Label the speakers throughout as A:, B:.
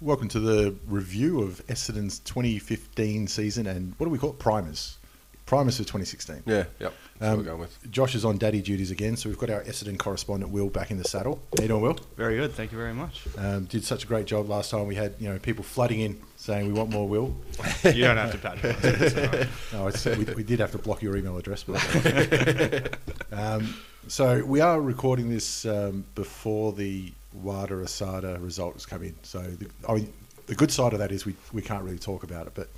A: Welcome to the review of Essendon's 2015 season and what do we call it? Primers. Primers for 2016.
B: Yeah, yep. That's
A: Um,
B: what we're going with.
A: Josh is on daddy duties again, so we've got our Essendon correspondent Will back in the saddle. How you doing, Will?
C: Very good. Thank you very much.
A: Um, did such a great job last time. We had you know people flooding in saying we want more Will.
C: You don't have to patronise. It's alright.
A: No, it's, we, we did have to block your email address. But um, so we are recording this um, before the WADA Asada results come in. So the, I mean, the good side of that is we, we can't really talk about it. But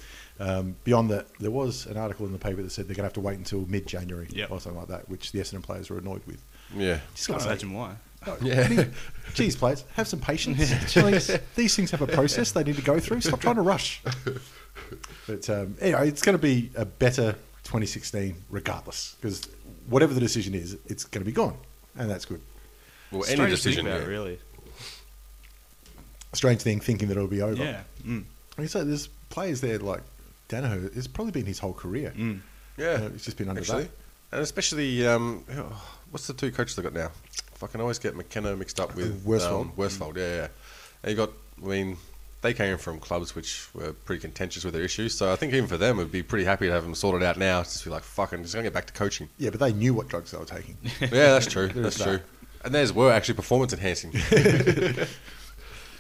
A: um, beyond that, there was an article in the paper that said they're going to have to wait until mid January
C: Yep. Oh,
A: or something like that, which the Essendon players were annoyed with.
B: Yeah.
A: Just
C: Can't
A: gotta say,
C: imagine why.
A: no,
B: Yeah.
A: I mean, geez, players, have some patience. Please, these things have a process they need to go through. Stop trying to rush. But um, anyway, it's going to be a better 2016 regardless, because whatever the decision is, it's going to be gone, and that's good.
B: Well,
C: Strange
B: any
C: to
B: decision.
C: think about,
B: yeah.
C: really.
A: Strange thing, thinking that it'll be over.
C: Yeah. Mm.
A: I mean, so there's players there like Danaher. It's probably been his whole career.
C: Mm.
B: Yeah.
A: Uh, it's just been under
B: actually.
A: that.
B: And especially, um, oh, what's the two coaches they got now? Fucking always get McKenna mixed up with
A: Worsfold.
B: Um, Worsfold, yeah, yeah. And you got, I mean, they came from clubs which were pretty contentious with their issues. So I think even for them, it'd be pretty happy to have them sorted out now. Just be like, fucking, just going to get back to coaching.
A: Yeah, but they knew what drugs they were taking.
B: yeah, that's true.
A: There's
B: that's
A: that.
B: true. And theirs were actually performance enhancing.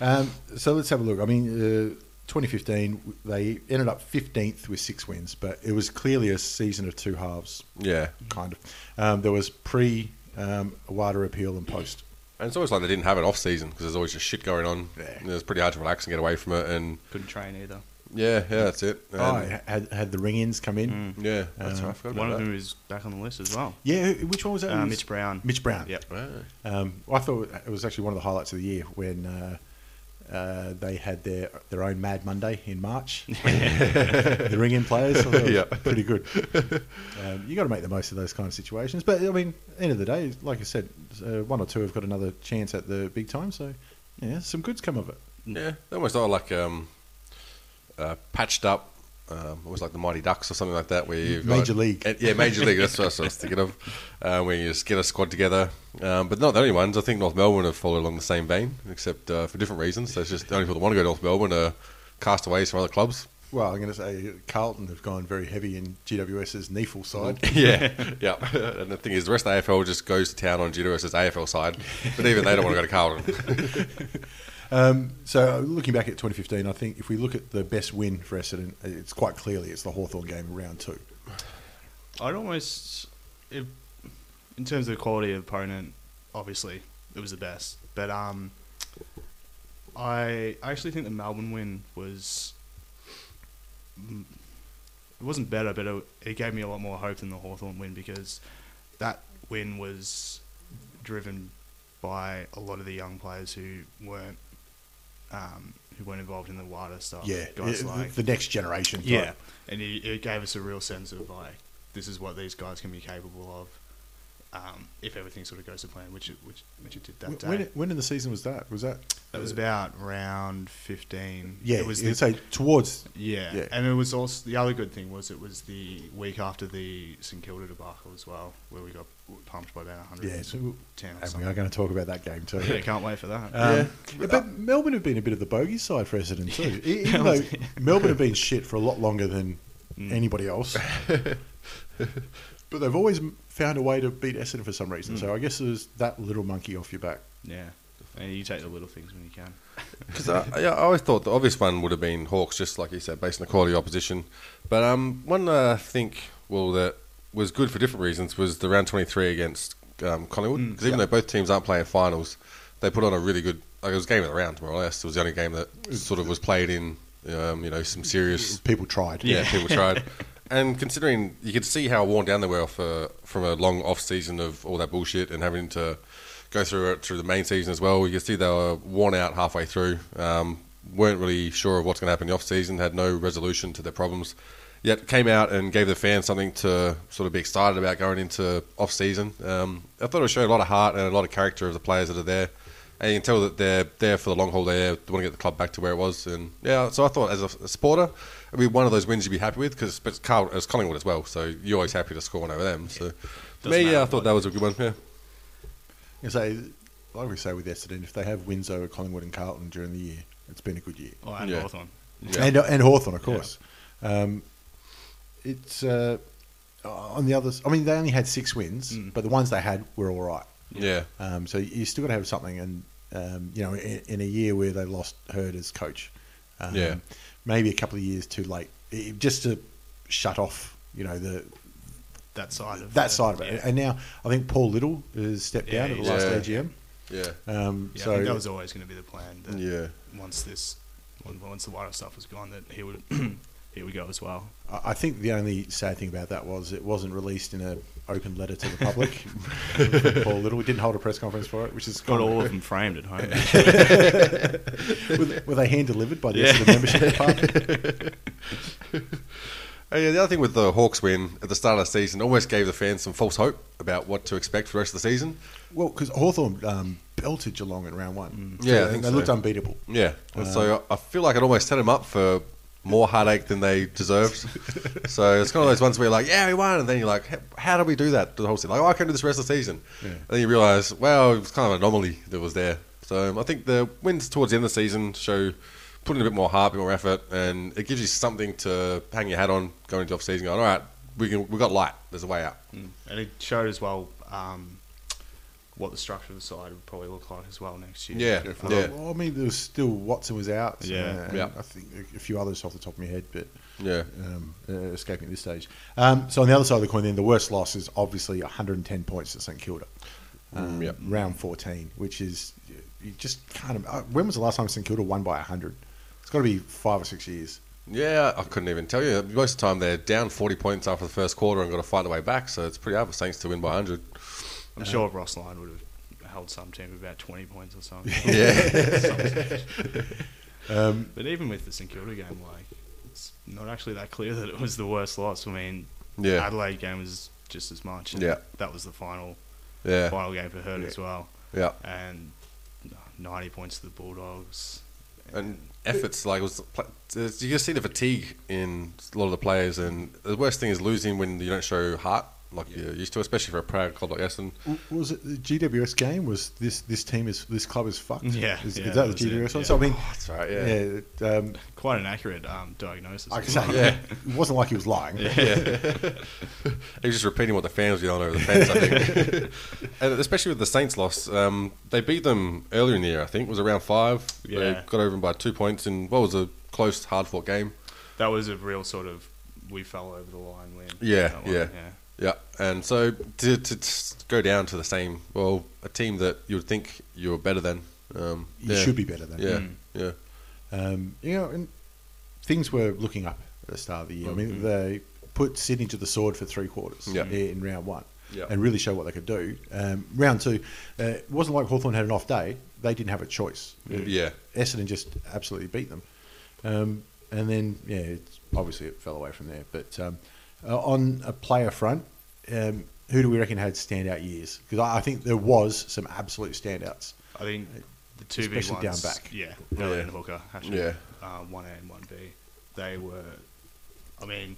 A: Um, so let's have a look. I mean, uh, 2015, they ended up 15th with six wins, but it was clearly a season of two halves,
B: yeah.
A: kind of. Um, there was pre um, WADA appeal and post.
B: And it's always like they didn't have it off season because there's always just shit going on.
A: Yeah.
B: And it's pretty hard to relax and get away from it. And
C: Couldn't train either.
B: yeah, yeah, that's it. And,
A: Oh, it had, had the ring ins come in.
C: Mm.
B: Yeah, that's
A: Um,
B: right. I forgot
C: One
B: about
C: of
B: that.
C: them is back on the list as well.
A: Yeah, who- which one was that? It
C: Uh,
A: was-
C: Mitch Brown.
A: Mitch Brown.
C: Yep.
B: Wow.
A: Um, I thought it was actually one of the highlights of the year when uh, uh, they had their their own Mad Monday in March. the ring in players, I thought it was
B: Yeah.
A: pretty good. Um, you got to make the most of those kind of situations. But I mean, end of the day, like I said, uh, one or two have got another chance at the big time. So yeah, some goods come of it.
B: Yeah, they almost are like um, uh, patched up, um, almost like the Mighty Ducks or something like that. Where you've got-
A: Major League.
B: Eh, yeah, Major League. That's what I was thinking of. Uh, where you just get a squad together, um, but not the only ones. I think North Melbourne have followed along the same vein, except uh, for different reasons. So it's just the only people that want to go to North Melbourne are castaways from other clubs.
A: Well, I'm going to say Carlton have gone very heavy in GWS's Neefle side.
B: yeah, yeah. And the thing is, the rest of the AFL just goes to town on GWS's AFL side, but even they don't want to go to Carlton.
A: Um, so uh, looking back at 2015, I think if we look at the best win for Essendon, it's quite clearly it's the Hawthorn game in round two.
C: I'd almost, if, in terms of the quality of opponent, obviously it was the best. But um, I actually think the Melbourne win was. mm, It wasn't better, but it, it gave me a lot more hope than the Hawthorn win because that win was driven by a lot of the young players who weren't um, who weren't involved in the wider stuff.
A: Yeah,
C: guys
A: it-
C: like
A: the next generation.
C: Yeah,
A: type.
C: and it, it gave us a real sense of like this is what these guys can be capable of um, if everything sort of goes to plan, which it, which which it did that
A: Wh-
C: day.
A: When, when in the season was that? Was that?
C: that was about round fifteen.
A: Yeah,
C: it was
A: you'd
C: the,
A: say towards.
C: yeah.
A: yeah.
C: and it was also the other good thing was it was the week after the St Kilda debacle as well, where we got pumped by about one hundred
A: Yeah,
C: and
A: so,
C: ten or
A: and we
C: something.
A: are going to talk about that game too.
C: yeah, can't wait for that.
A: Um,
B: Yeah.
A: yeah, But Melbourne have been a bit of the bogey side for Essendon too. E- Even
C: Yeah.
A: though Melbourne have been shit for a lot longer than
C: Mm.
A: anybody else, but they've always m- found a way to beat Essendon for some reason.
C: Mm.
A: So I guess there's that little monkey off your back.
C: yeah, and you take the little things when you can.
B: Because I, yeah, I always thought the obvious one would have been Hawks, just like you said, based on the quality of opposition. But um, one uh, I think, well, that was good for different reasons was the round 23 against um, Collingwood. Because even though both teams aren't playing finals, they put on a really good. Like it was game of the round, more or less. It was the only game that sort of was played in, um, you know, some serious.
A: People tried.
B: Yeah, people tried. And considering you could see how worn down they were for, from a long off season of all that bullshit and having to go through it through the main season as well, you could see they were worn out halfway through. Um, weren't really sure of what's going to happen in the off season. Had no resolution to their problems. Yet came out and gave the fans something to sort of be excited about going into off season. Um, I thought it showed a lot of heart and a lot of character of the players that are there. And you can tell that they're there for the long haul. They want to get the club back to where it was. And yeah, so I thought as a, a supporter, it'd be one of those wins you'd be happy with because it's, Carl, it's Collingwood as well. So you're always happy to score one over them. So for me,
C: Doesn't
B: yeah, I
C: matter
B: thought that was a good one. Yeah.
A: And so, like we say with Essendon, if they have Winslow, Collingwood, and Carlton during the year, It's been a good year.
C: Oh, and
B: Yeah.
C: Hawthorn.
B: Yeah.
A: and uh, and Hawthorn, of
B: Yeah.
A: course. Um, it's uh, on the others. I mean, they only had six wins,
C: Mm.
A: but the ones they had were all right.
B: Yeah.
A: Um, so you still got to have something, and um, you know, in, in a year where they lost Hurd as coach, um,
B: Yeah.
A: maybe a couple of years too late, it, just to shut off, you know, the
C: That side of
A: that
C: the-
A: side of it.
C: Yeah.
A: And now I think Paul Little has stepped
C: Yeah,
A: down at the
B: he's-
A: last
B: Yeah.
A: AGM.
B: Yeah.
A: Um,
C: Yeah, I
A: so
C: think that was always going to be the plan. That
B: Yeah.
C: Once this, on- once the wider stuff was gone, that he would he would go as well.
A: I I think the only sad thing about that was it wasn't released in an open letter to the public. Paul Little we didn't hold a press conference for it, which is
C: Got all
A: kind
C: of them framed at home.
A: of- were, were they hand delivered by the
C: Yeah.
A: rest of the membership department?
B: Oh, yeah, the other thing with the Hawks win at the start of the season almost gave the fans some false hope about what to expect for the rest of the season.
A: Well, because Hawthorn um, belted Geelong in round one.
B: Mm. Yeah, I
A: they,
B: think
A: they
B: so.
A: looked unbeatable.
B: Yeah. And so I I feel like it almost set them up for more heartache than they deserved. so it's kind of those ones where you're like, yeah, we won. And then you're like, "How- how did we do that the whole season? Like, oh, I can do this rest of the season.
A: Yeah.
B: And then you realise, well, it was kind of an anomaly that was there. So um, I think the wins towards the end of the season show putting a bit more heart, a bit more effort, and it gives you something to hang your hat on going into off season going, all right, we can, we got light. There's a way out.
C: Mm. And it showed as well um, what the structure of the side would probably look like as well next year.
B: Yeah.
A: Um,
B: Yeah.
A: well, I mean, there was still Watson was out.
C: Yeah.
A: and
B: Yeah.
A: I think a- a few others off the top of my head, but
B: Yeah.
A: um, uh, escaping at this stage. Um, so on the other side of the coin, then the worst loss is obviously 110 points to St Kilda, um,
B: Mm, yep.
A: round 14, which is you just can't. uh, When was the last time St Kilda won by 100? It's got to be five or six years.
B: Yeah, I couldn't even tell you. Most of the time, they're down 40 points after the first quarter and got to fight their way back, so it's pretty hard for Saints to win by 100.
C: I'm sure Ross Lyon would have held some team about 20 points or something.
A: Um,
C: But even with the St Kilda game, like it's not actually that clear that it was the worst loss. I mean,
B: Yeah.
C: Adelaide game was just as much.
B: Yeah.
C: that was the final
B: Yeah,
C: final game for Hurd
A: Yeah.
C: as well,
B: yeah.
C: and 90 points to the Bulldogs.
B: And efforts, like, it was you can see the fatigue in a lot of the players, and the worst thing is losing when you don't show heart like you're used to, especially for a proud club like Essendon.
A: w- was it the GWS game? Was this this team is this club is fucked?
C: Yeah,
A: is,
C: yeah,
A: is
C: that
A: that the
C: was it,
A: GWS one?
C: yeah.
A: So I mean,
B: Oh, that's right, yeah. Yeah.
A: yeah, um,
C: quite an accurate um, diagnosis.
A: I can say
B: Yeah.
A: it wasn't like he was lying.
B: he was just repeating what the fans were yelling over the fence, I think. and especially with the Saints loss, um, they beat them earlier in the year, I think. It was around five. They
C: Yeah.
B: got over them by two points in what was a close, hard fought game.
C: that was a real sort of we fell over the line win.
B: Yeah,
C: That one,
B: yeah. Yeah, and so to, to t- go down to the same, well, a team that you would think you were better than. Um,
A: You
B: yeah,
A: should be better than
B: Yeah,
C: Mm.
B: yeah,
A: Um, you know, and things were looking up at the start of the year. I mean, they put Sydney to the sword for three quarters
B: Mm-hmm. Yeah.
A: in round one
B: Yeah.
A: and really show what they could do. Um, round two, uh, it wasn't like Hawthorn had an off day. They didn't have a choice.
B: Mm,
A: Uh,
B: yeah,
A: Essendon just absolutely beat them. Um, and then, yeah, it's, obviously it fell away from there. But um, uh, on a player front, um, who do we reckon had standout years? Because I, I think there was some absolute standouts.
C: I think the two
A: Especially
C: big
A: down
C: ones,
A: back.
C: Yeah,
B: Yeah.
C: Elliott and Hooker. Actually,
B: Yeah.
C: uh, one A and one B. They were. I mean,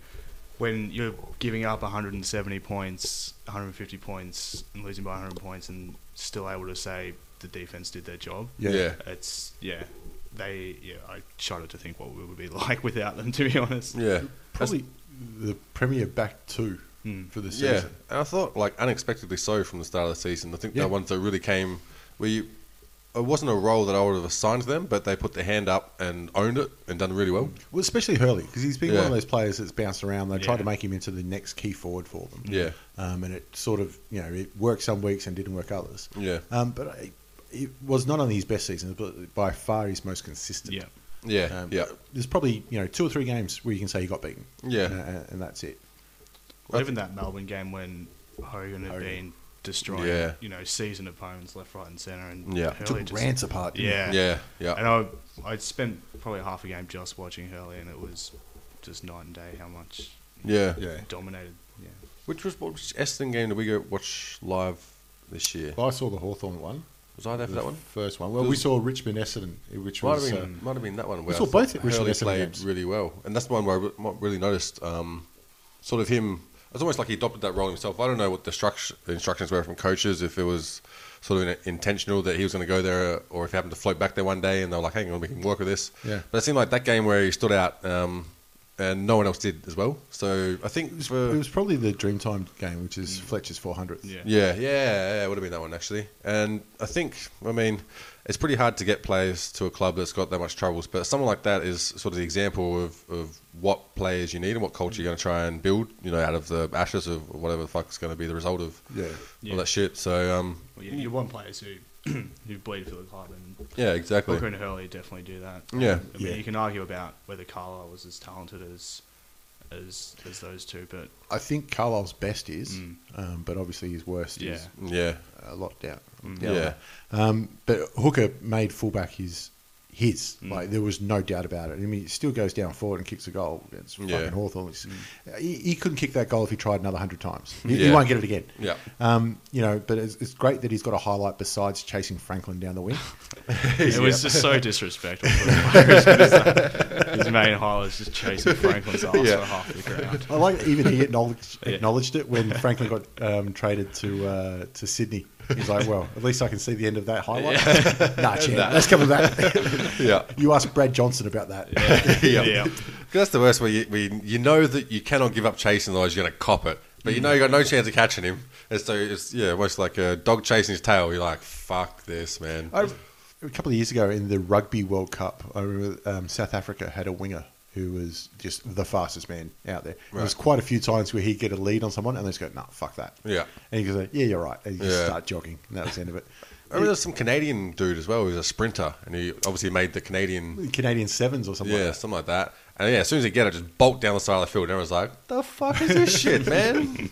C: when you're giving up 170 points, 150 points, and losing by 100 points, and still able to say the defense did their job.
A: Yeah.
B: yeah,
C: It's yeah. They yeah. I shudder to think what we would be like without them. To be honest.
B: yeah.
A: Probably the Premier back two
C: Mm.
A: for the
B: Hmm. Yeah,
A: season.
B: and I thought like unexpectedly so from the start of the season. I think
A: Yeah.
B: they're ones that really came where you, it wasn't a role that I would have assigned to them, but they put their hand up and owned it and done really well.
A: Well, especially Hurley, because he's been one
B: Yeah.
A: of those players that's bounced around. They tried
C: Yeah.
A: to make him into the next key forward for them.
B: Yeah.
A: Um, and it sort of, you know, it worked some weeks and didn't work others.
B: Yeah,
A: Um, but it, it was not only his best season, but by far his most consistent.
C: Yeah.
B: yeah,
A: Um,
B: yeah.
A: There's probably, you know, two or three games where you can say he got beaten.
B: Yeah.
A: Uh, and, and that's it.
C: Well, even that Melbourne game when Hogan had
A: Hogan.
C: been destroying,
B: Yeah.
C: you know, seasoned opponents left, right, and centre, and
B: Yeah.
C: Hurley
A: Took
C: just-
A: rants apart. didn't he?
C: Yeah,
B: Yeah, yeah.
C: And I, I spent probably half a game just watching Hurley, and it was just night and day how much
B: yeah,
A: Yeah.
C: dominated. Yeah,
B: Which was which Essendon game did we go watch live this year?
A: Well, I saw the Hawthorn one.
B: Was I there for
A: the
B: that one?
A: First one. Well,
B: It
A: we
B: was-
A: saw Richmond Essendon, which
B: Might have
A: was.
B: been,
A: uh,
B: might have been that one. Where
A: saw
B: I
A: both
B: thought
A: Richmond
B: Hurley
A: Essendon
B: played
A: games.
B: really well, and that's the one where I re- not really noticed. Um, sort of him. It's almost like he adopted that role himself. I don't know what the structure, the instructions were from coaches. If it was sort of intentional that he was going to go there, or if he happened to float back there one day, and they were like, "Hang on, we can work with this."
A: Yeah.
B: But it seemed like that game where he stood out, um, and no one else did as well. So I think
A: It was,
B: for-
A: it was probably the Dreamtime game, which is Fletcher's 400th.
C: Mm. Yeah.
B: Yeah, yeah, yeah, it would have been that one actually. And I think, I mean, it's pretty hard to get players to a club that's got that much troubles, but someone like that is sort of the example of, of what players you need and what culture you're going to try and build, you know, out of the ashes of whatever the fuck's going to be the result of
A: Yeah.
C: Yeah.
B: all that shit. So, um,
C: Well, yeah, you want players who who bleed for the club, and
B: yeah, exactly.
C: Booker and Hurley definitely do that.
B: Yeah.
C: I mean,
A: Yeah.
C: you can argue about whether Carlisle was as talented as as as those two, but
A: I think Carlisle's best is,
C: Mm.
A: um, but obviously his worst is
C: Yeah.
B: Yeah,
A: a lot down.
C: Mm.
A: down
B: Yeah.
A: there. Um, but Hooker made fullback his his.
C: Mm.
A: Like there was no doubt about it. I mean, he still goes down forward and kicks a goal against
B: Yeah.
A: fucking Hawthorn. It's-
C: Mm.
A: uh, He, he couldn't kick that goal if he tried another hundred times. He, he
B: Yeah.
A: won't get it again.
B: yeah.
A: Um, you know, but it's, it's great that he's got a highlight besides chasing Franklin down the wing.
C: it was just so disrespectful. for him. His main highlight is just chasing Franklin's ass
B: Yeah.
C: for half the ground.
A: I like that even he acknowledged,
C: Yeah.
A: acknowledged it when Franklin got um, traded to uh, to Sydney. He's like, well, at least I can see the end of that highlight. nah, champ, that's coming back.
B: Yeah.
A: you asked Brad Johnson about that.
B: yeah.
C: Yeah.
B: 'Cause that's the worst where you, where you- you know that you cannot give up chasing, otherwise you're going to cop it. But you know you got no chance of catching him. And so it's, yeah, almost like a dog chasing his tail. You're like, fuck this, man.
A: I, a couple of years ago in the Rugby World Cup, I remember um, South Africa had a winger who was just the fastest man out there. There was
B: Right.
A: quite a few times where he'd get a lead on someone and they just go, nah, fuck that.
B: Yeah.
A: And he goes, yeah, you're right. And you just
B: Yeah.
A: start jogging. And that was the end of it.
B: I remember there's some Canadian dude as well who was a sprinter, and he obviously made the Canadian,
A: Canadian sevens or something
B: yeah,
A: like that.
B: something like that. And yeah, as soon as he get it, just bolt down the side of the field. And everyone's like, "The fuck is this shit, man?"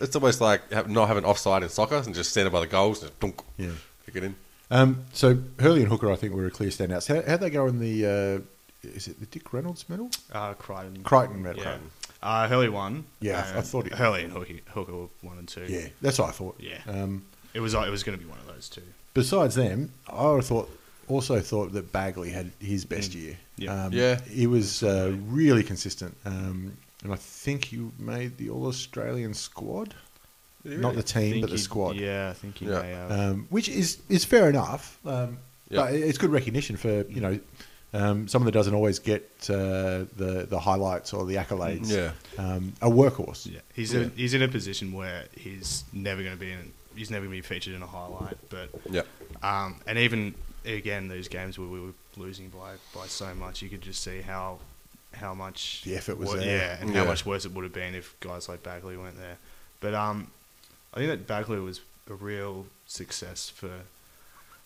B: it's almost like ha- not having offside in soccer and just standing by the goals and just dunk,
A: Yeah.
B: kick it in.
A: Um, so Hurley and Hooker, I think, were a clear standouts. How, how'd they go in the, uh, is it the Dick Reynolds medal?
C: Uh, Crichton.
A: Crichton medal.
C: Yeah. Uh, Hurley won.
A: Yeah, I-
C: and
A: I thought he-
C: Hurley and Hooker, Hooker were one and two.
A: Yeah, that's what I thought.
C: Yeah.
A: Um,
C: It was uh, it was going to be one of those two.
A: besides them, I would've thought also thought that Bagley had his best
C: Mm.
A: year.
C: Yeah.
A: um,
B: Yeah.
A: he was uh, really consistent, um, and I think he made the All Australian squad, not the team,
C: Think
A: but the
C: he-
A: squad.
C: Yeah, I think he
B: Yeah.
C: may have.
A: Um, which is is fair enough, um,
B: Yeah.
A: but it's good recognition for you know um, someone that doesn't always get uh, the the highlights or the accolades.
B: Yeah.
A: um, a workhorse.
C: yeah, he's
B: Yeah.
C: In, he's in a position where he's never going to be in. He's never going to be featured in a highlight. But
B: Yeah,
C: Um, and even again, those games where we were losing by, by so much, you could just see how how much
A: The effort was
C: wo-
A: there.
C: yeah, and
B: Yeah.
C: how much worse it would have been if guys like Bagley weren't there. But um, I think that Bagley was a real success for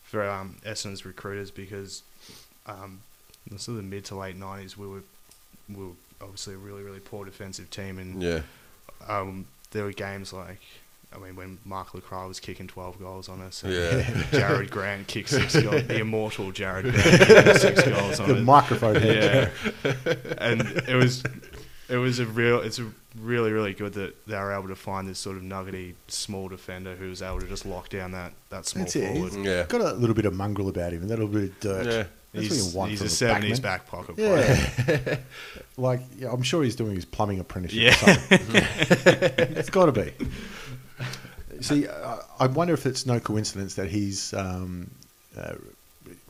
C: for um, Essendon's recruiters because um, in the sort of mid to late nineties, we were we were obviously a really really poor defensive team, and
B: yeah,
C: um, there were games like, I mean, when Mark Lacroix was kicking 12 goals on us, and
B: Yeah.
C: Jared Grant kicked six goals, the immortal Jared Grant kicked six goals on
A: The
C: us.
A: microphone head.
C: yeah, and it was, it was a real, it's a really really good that they were able to find this sort of nuggety small defender who was able to just lock down that that small
A: That's it.
C: forward.
A: He's
B: Yeah.
A: got a little bit of mongrel about him, and that little bit of dirt.
B: Yeah.
A: That's what
C: He's,
A: you want
C: he's
A: from
C: a
A: backman.
C: seventies back pocket player.
A: Yeah. like, yeah, I'm sure he's doing his plumbing apprenticeship.
C: Yeah.
A: Or something. it's got to be. See, I, I wonder if it's no coincidence that he's um, uh,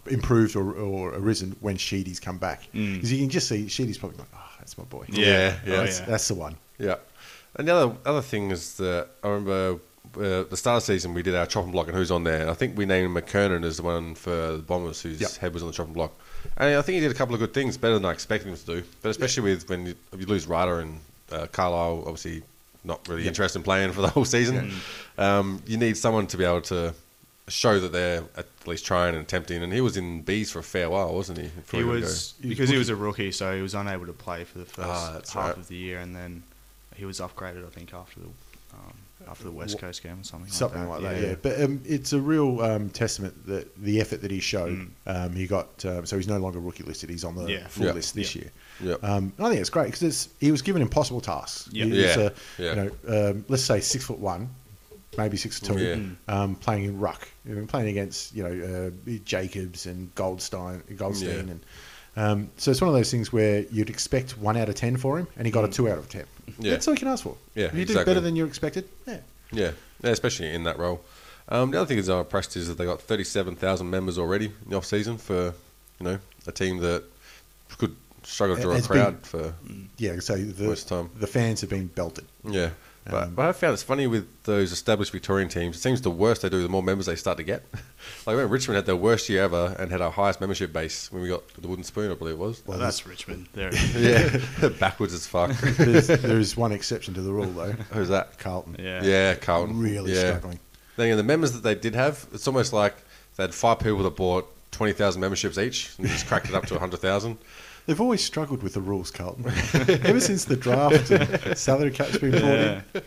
A: improved or, or arisen when Sheedy's come back.
C: Mm.
A: Because you can just see Sheedy's probably like, oh, that's my boy.
B: yeah,
C: Oh,
B: yeah.
A: That's,
C: yeah.
A: that's the one.
B: Yeah, and the other other thing is that I remember uh, the start of the season we did our chopping block and who's on there, and I think we named McKernan as the one for the Bombers whose
A: Yep.
B: head was on the chopping block, and I think he did a couple of good things, better than I expected him to do, but especially with when you, if you lose Ryder and uh, Carlisle, obviously not really interested in playing for the whole season. Um, you need someone to be able to. Show that they're at least trying and attempting, and he was in B's for a fair while, wasn't he? Before
C: He
B: let go?
C: was because he was a rookie, so he was unable to play for the first
B: Ah, that's
C: half
B: right.
C: of the year, and then he was upgraded, I think, after the um, after the West Coast game or something,
A: Something
C: like
A: like
C: that.
A: that, yeah. But um, it's a real um, testament that the effort that he showed. Um, he got um, so he's no longer rookie listed. He's on the
C: Mm. Yeah.
A: full
B: Yeah.
A: list this
C: Yeah.
A: year.
B: Yeah.
A: Um, and I think it's great because he was given impossible tasks.
C: Yeah.
A: He was
B: Yeah.
A: a,
B: Yeah.
A: You know, um, let's say six foot one, maybe six foot two,
B: Yeah.
C: Mm.
A: um, playing in ruck, you know, playing against you know uh, Jacobs and Goldstein, Goldstein,
B: Yeah.
A: and um, so it's one of those things where you'd expect one out of ten for him, and he
C: Mm.
A: got a two out of ten.
B: Yeah.
A: That's all you can ask for.
B: Yeah,
A: if you did
B: exactly.
A: better than you expected. Yeah,
B: Yeah, yeah especially in that role. Um, the other thing is I'm impressed is that they got 37,000 members already in the off season for you know a team that could struggle to
A: It-
B: draw a
A: it's
B: crowd
A: been- Mm.
B: for
A: Yeah, so the
B: most time.
A: the fans have been belted.
B: Yeah. But,
A: Um,
B: but I found it's funny with those established Victorian teams. It seems the worse they do, the more members they start to get. like when Richmond had their worst year ever and had our highest membership base when we got the Wooden Spoon, I believe it was.
A: Well,
C: that's Richmond. There.
B: yeah, backwards as fuck.
A: There's, there's one exception to the rule though.
B: Who's that?
A: Carlton.
C: Yeah.
B: Yeah, Carlton.
A: Really
B: yeah.
A: struggling.
B: Then again, the members that they did have, it's almost like they had five people that bought twenty thousand memberships each and just cracked it up to hundred thousand.
A: They've always struggled with the rules, Carlton. Ever since the draft and salary cap's been brought
C: Yeah.
A: in.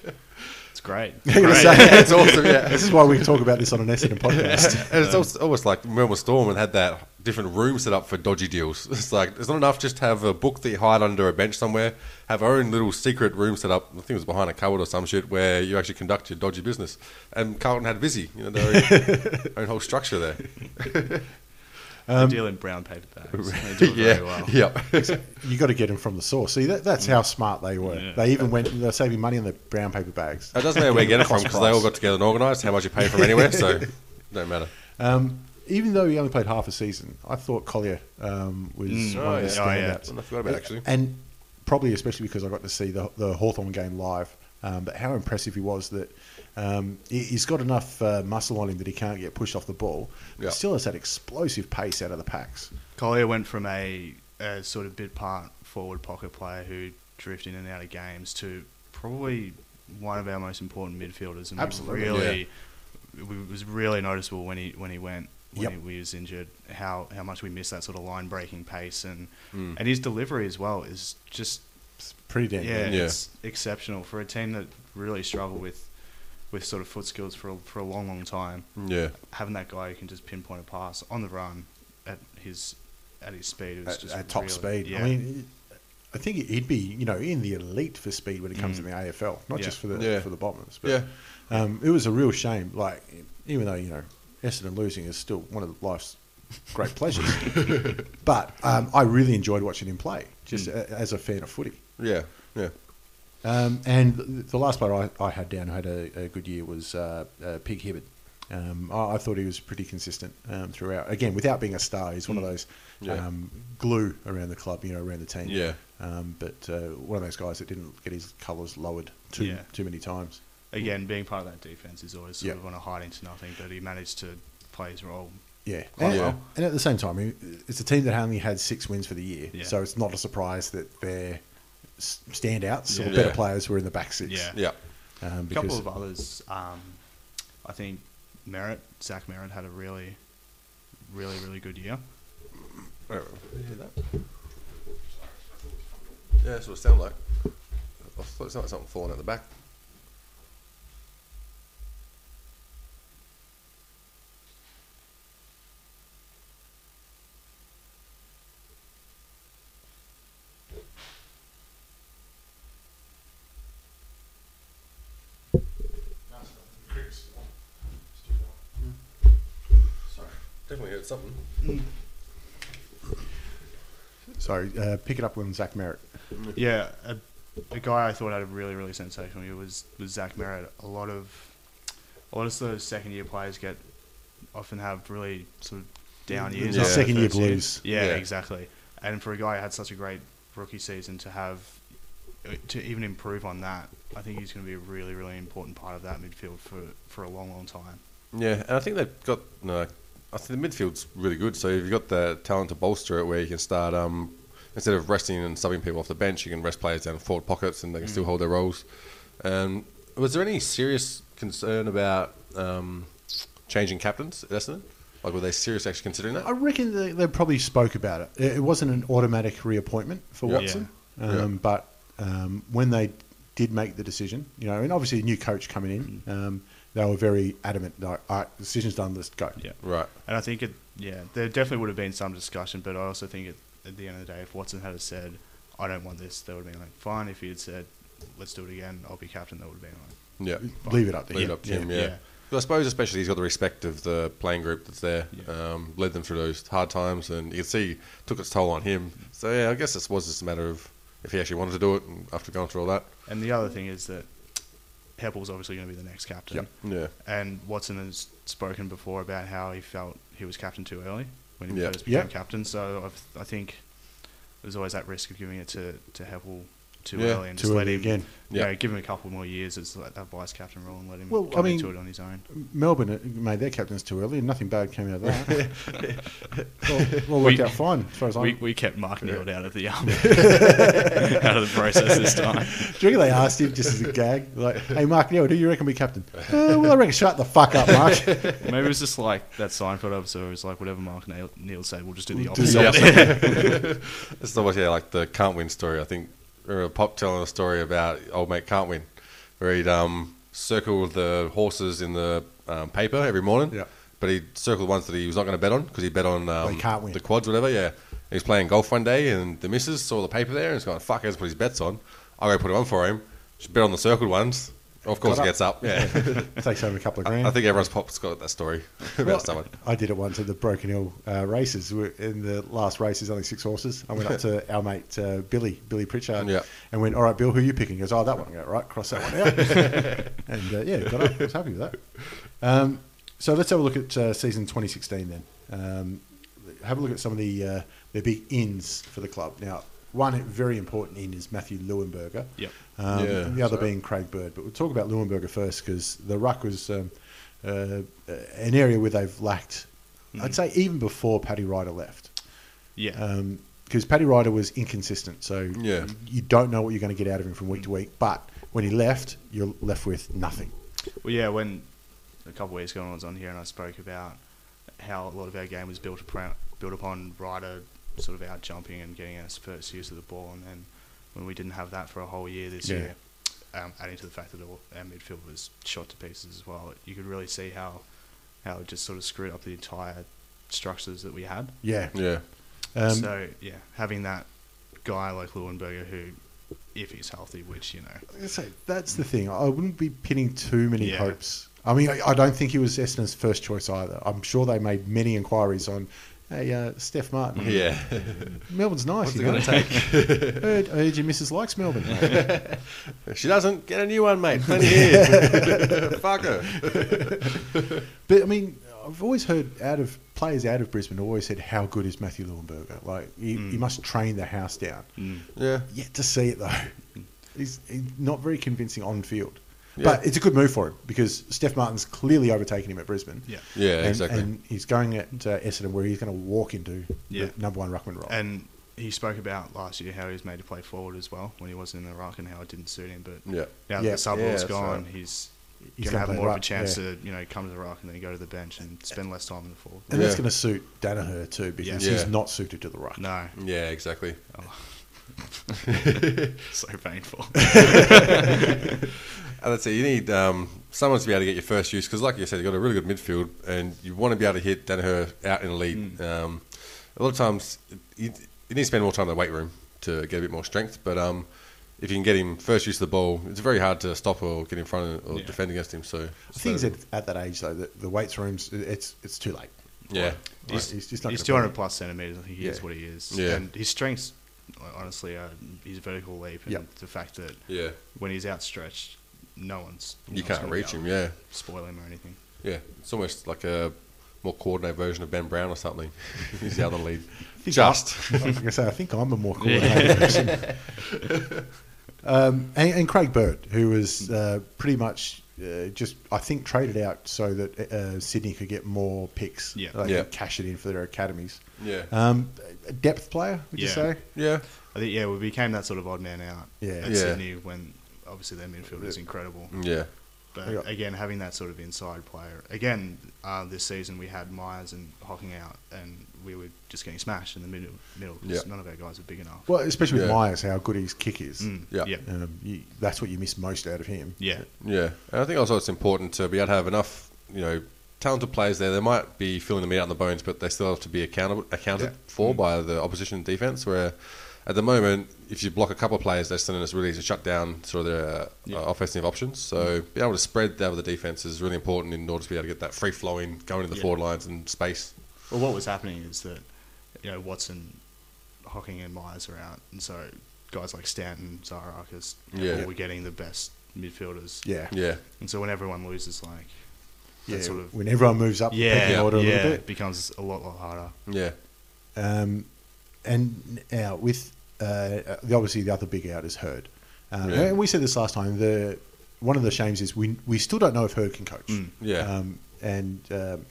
C: It's great.
A: He was
C: Great.
A: saying-
B: it's awesome. Yeah.
A: This is why we talk about this on an Essendon podcast.
B: And it's almost, almost like Melbourne Storm and had that different room set up for dodgy deals. It's like it's not enough just to have a book that you hide under a bench somewhere. Have our own little secret room set up. I think it was behind a cupboard or some shit where you actually conduct your dodgy business. And Carlton had busy, you know, their own, own whole structure there.
C: They deal in brown paper bags. They do it
B: yeah,
C: very well.
B: yep.
A: you got to get them from the source. See, that, that's how smart they were.
C: Mm. Yeah.
A: They even went. They're saving money on the brown paper bags.
B: It doesn't matter where you get it from
A: Cost
B: because they all
A: price.
B: got together and organised how much you pay from anywhere, so don't matter.
A: Um, even though he only played half a season, I thought Collier um, was
C: Mm.
A: one
B: Oh,
A: of the
B: yeah.
C: Oh, yeah.
A: standouts.
B: I forgot about it, actually.
A: And probably especially because I got to see the, the Hawthorn game live. Um, but how impressive he was that um, he, he's got enough uh, muscle on him that he can't get pushed off the ball. But
B: Yeah.
A: still has that explosive pace out of the packs.
C: Collier went from a, a sort of bit part forward pocket player who drifted in and out of games to probably one of our most important midfielders, and we
A: Absolutely.
C: really, it was really noticeable when he when he went when
A: Yep.
C: he, we was injured how how much we missed that sort of line breaking pace and and his delivery as well is just
A: It's pretty damn
C: yeah,
A: good.
B: Yeah.
C: it's exceptional for a team that really struggled with with sort of foot skills for a, for a long long time
B: Yeah.
C: having that guy who can just pinpoint a pass on the run at his at his speed is
A: at,
C: just
A: at top
C: really-
A: speed.
C: Yeah.
A: I mean, I think he'd be you know in the elite for speed when it comes to the AFL, not
C: Yeah.
A: just for the
B: Mm. Yeah.
A: for the bottomers.
B: Yeah.
A: But um, it was a real shame. Like even though you know Essendon losing is still one of life's great pleasures, but um, I really enjoyed watching him play
B: Mm.
A: just a, as a fan of footy.
B: Yeah. Yeah.
A: Um, and th- the last player I, I had down who had a, a good year was uh, uh, Pig Hibbard. Um, I, I thought he was pretty consistent um, throughout. Again, without being a star, he's one of those
B: Mm. Yeah.
A: um, glue around the club, you know, around the team.
B: Yeah.
A: Um, but uh, one of those guys that didn't get his colours lowered too
C: Yeah.
A: too many times.
C: again being part of that defense is always sort
A: Yeah.
C: of on a hiding to nothing but he managed to play his role
A: Yeah.
B: Quite
A: And,
B: well.
A: and at the same time, I mean, it's a team that only had six wins for the year,
C: Yeah.
A: so it's not a surprise that their s- standouts or
C: Yeah.
A: better
B: Yeah.
A: players were in the back six.
C: Yeah.
B: Yeah.
A: Um,
C: a
A: because
C: couple of others um, I think Merritt Zach Merritt had a really really really good year
B: Alright, did you hear that? Yeah, that's what it sounded like. I thought it sounded like something falling out the back. Hmm. Definitely heard something.
A: Sorry, uh, pick it up when Zach Merritt.
C: yeah a, a guy I thought had a really really sensational year was was Zach Merritt a lot of a lot of sort of second year players get often have really sort of down years
A: Yeah.
C: after
A: Second year
C: first year.
A: blues.
C: Yeah,
B: Yeah.
C: exactly. And for a guy who had such a great rookie season to have to even improve on that, I think he's going to be a really, really important part of that midfield for, for a long, long time.
B: Yeah, and I think they've got no. I think the midfield's really good. So if you've got the talent to bolster it, where you can start um, instead of resting and subbing people off the bench, you can rest players down forward pockets and they can still hold their roles. Um, was there any serious concern about um, changing captains at Essendon? Like, were they serious actually considering
A: I
B: that?
A: reckon they, they probably spoke about it. it. It wasn't an automatic reappointment for
B: Yeah.
A: Watson, Um, but um, when they did make the decision, you know, and obviously a new coach coming in,
C: Mm.
A: um, they were very adamant. Like, all right, decision's done. Let's go.
C: Yeah.
B: Right.
C: And I think it, yeah, there definitely would have been some discussion, but I also think it, at the end of the day, if Watson had have said, I don't want this, they would have been like, fine. If he had said, let's do it again, I'll be captain, they would have been like,
B: Yeah.
A: Leave it up to
B: Leave
A: him.
B: it up to him. Yeah.
C: yeah.
B: But I suppose especially he's got the respect of the playing group that's there.
C: Yeah.
B: Um, led them through those hard times, and you can see it took its toll on him. So yeah, I guess this was just a matter of if he actually wanted to do it and after going through all that.
C: And the other thing is that Pebble's obviously going to be the next captain.
A: Yep.
B: Yeah.
C: And Watson has spoken before about how he felt he was captain too early when he
B: Yeah.
C: first became
A: Yeah.
C: captain. So I've, I think there's always that risk of giving it to to Heppel too
B: Yeah,
C: early and
A: Too
C: just let
A: early
C: him
A: again.
C: you
B: Yeah.
C: know, give him a couple more years as like that vice captain role and let him
A: Well, I
C: come
A: mean-
C: into it on his own.
A: Melbourne uh, made their captains too early, and nothing bad came out of that. well, well,
C: We-
A: worked out fine as far as I'm.
C: We, we kept Mark Neal out of the um, out of the process this time.
A: Do you reckon they asked him just as a gag, like, "Hey, Mark Neil, do you reckon we captain?" Uh, well, I reckon shut the fuck up, Mark.
C: Maybe it was just like that Seinfeld episode. Where it's like whatever Mark Neal, Neal said, we'll just do the
A: We'll do the
C: opposite.
B: It's the yeah, like the can't win story. I think or Pop telling a story about old mate can't win, where he'd um, circle the horses in the um, paper every morning.
A: Yeah.
B: But he'd circle the ones that he was not going to bet on because he bet on um,
A: he can't win.
B: the quads, whatever. Yeah. He was playing golf one day and the missus saw the paper there and he's going, "Fuck, has put his bets on. I'll go put it on for him." She bet on the circled ones. Of course,
A: Got up.
B: he gets up. Yeah.
A: Takes home a couple of grand.
B: I think everyone's pop's got that story about
A: Well,
B: someone.
A: I did it once at the Broken Hill uh, races. We- In the last race, there's only six horses. I went up to our mate uh, Billy, Billy Pritchard,
B: Yeah.
A: and went, "All right, Bill, who are you picking?" He goes, "Oh, that one." I go, "Right, cross that one out." and uh, yeah, got up. I was happy with that. Um, so let's have a look at uh, season 2016 then. Um, have a look at some of the uh, the big ins for the club. Now, one very important in is Matthew Lewinberger.
C: Yep.
A: Um,
B: Yeah,
A: the other
B: so-
A: being Craig Bird, but we'll talk about Leuenberger first because the ruck was um, uh, an area where they've lacked. I'd say even before Paddy Ryder left,
C: Yeah.
A: Uh, because Paddy Ryder was inconsistent. So
B: Yeah.
A: you don't know what you're going to get out of him from week to week. But when he left, you're left with nothing.
C: Well, yeah, when a couple of weeks ago I was on here and I spoke about how a lot of our game was built upon, built upon Ryder sort of out jumping and getting us first use of the ball, and then when we didn't have that for a whole year this
A: Yeah.
C: year, um, adding to the fact that all, our midfield was shot to pieces as well, you could really see how how it just sort of screwed up the entire structures that we had.
A: Yeah.
B: Yeah.
A: Um,
C: so yeah, having that guy like Lewinberger who, if he's healthy, which you know,
A: Like I say, that's the thing. I wouldn't be pinning too many
C: Yeah.
A: hopes. I mean, I, I don't think he was Essendon's first choice either. I'm sure they made many inquiries on, hey, uh, Steph Martin,
B: Yeah.
A: Melbourne's nice.
B: What's it
A: you
B: going
A: know?
B: to take?
A: heard, I heard your missus likes Melbourne. mate.
B: She doesn't get a new one, mate. Plenty here. Fuck her.
A: but I mean, I've always heard out of players out of Brisbane always said how good is Matthew Lewinberger. Like you,
B: Mm.
A: you must train the house down.
B: Yeah.
A: Yet to see it though, he's, he's not very convincing on field.
B: Yeah.
A: But it's a good move for him because Steph Martin's clearly overtaken him at Brisbane.
C: yeah.
B: Yeah,
A: and,
B: exactly.
A: And he's going at uh, Essendon where he's going to walk into
C: Yeah.
A: the number one ruckman role.
C: And he spoke about last year how he was made to play forward as well when he wasn't in the ruck and how it didn't suit him. But
B: yeah.
C: now that
A: Yeah.
C: the sub
B: Yeah,
C: rule's
B: that's
C: gone,
B: right.
C: he's,
A: He's
C: going to
A: gonna
C: have
A: play
C: more of a
A: ruck,
C: chance
A: yeah.
C: to you know come to the ruck and then go to the bench and spend less time in the forward.
A: and that's
B: Yeah.
A: going to suit Danaher too because
B: Yeah.
A: he's
B: Yeah.
A: not suited to the ruck.
C: No,
B: Yeah, exactly.
C: so painful.
B: And that's it. You need um, someone to be able to get your first use because, like you said, you've got a really good midfield and you want to be able to hit Danaher out in the
C: Mm.
B: lead. Um, a lot of times, you, you need to spend more time in the weight room to get a bit more strength. But um, if you can get him first use of the ball, it's very hard to stop or get in front of, or
C: Yeah.
B: defend against him. So,
A: The thing's at, at that age though that the weights rooms it's it's too late.
B: yeah.
A: He's,
C: He's-
A: he's just not
C: he's
A: gonna
C: 200 plus centimeters. I think he is
A: Yeah.
C: what he is.
B: Yeah.
C: And his strengths, like, honestly, are his vertical leap and
A: Yep.
C: the fact that
B: Yeah.
C: when he's outstretched, no one's
B: You can't reach him. Yeah.
C: spoil him or anything.
B: Yeah, it's almost like a more coordinated version of Ben Brown or something. He's the other lead.
A: He's
B: Just.
A: play. I was gonna say I think I'm a more coordinated person. Um, and, and Craig Bird, who was uh, pretty much uh, just I think traded out so that uh, Sydney could get more picks.
C: Yeah.
A: they
B: Yeah.
A: could cash it in for their academies.
B: Yeah.
A: Um, a depth player, would you
C: Yeah.
A: say?
B: yeah.
C: I think yeah, we became that sort of odd man out
A: Yeah. Mm.
C: at
B: Yeah.
C: Sydney when obviously their midfield is incredible.
B: Yeah.
C: But
A: Yeah.
C: again, having that sort of inside player again uh, this season we had Myers and Hocking out, and we were just getting smashed in the middle. Middle, 'cause
B: Yeah.
C: none of our guys were big enough.
A: Well, especially with
B: Yeah.
A: Myers, how good his kick is.
C: Mm,
B: Yeah.
C: yeah,
A: Um, you, that's what you miss most out of him.
C: yeah,
B: Yeah. And I think also it's important to be able to have enough, you know, talented players there. They might be filling the meat out in the bones, but they still have to be accountable, accounted
A: Yeah.
B: for by the opposition defense. Where at the moment, if you block a couple of players, they're sending us really to shut down sort of their uh,
C: Yeah.
B: uh, offensive options. So being able to spread that with the defense is really important in order to be able to get that free flowing, going to the
C: Yeah.
B: forward lines and space.
C: Well, what was happening is that you know Watson, Hocking, and Myers are out, and so guys like Stanton, Zarakis,
B: Yeah.
C: all were getting the best midfielders.
A: Yeah.
B: Yeah.
C: And so when everyone loses, like
A: yeah.
C: that sort of
A: when everyone moves up the
C: yeah,
A: pecking order a
C: yeah,
A: little bit.
C: becomes a lot lot harder.
B: Yeah.
A: Um, and now with uh, the- obviously the other big out is Hurd, um,
B: Yeah.
A: and we said this last time. The one of the shames is we we still don't know if Hurd can coach.
C: Mm.
B: Yeah.
A: Um, and um,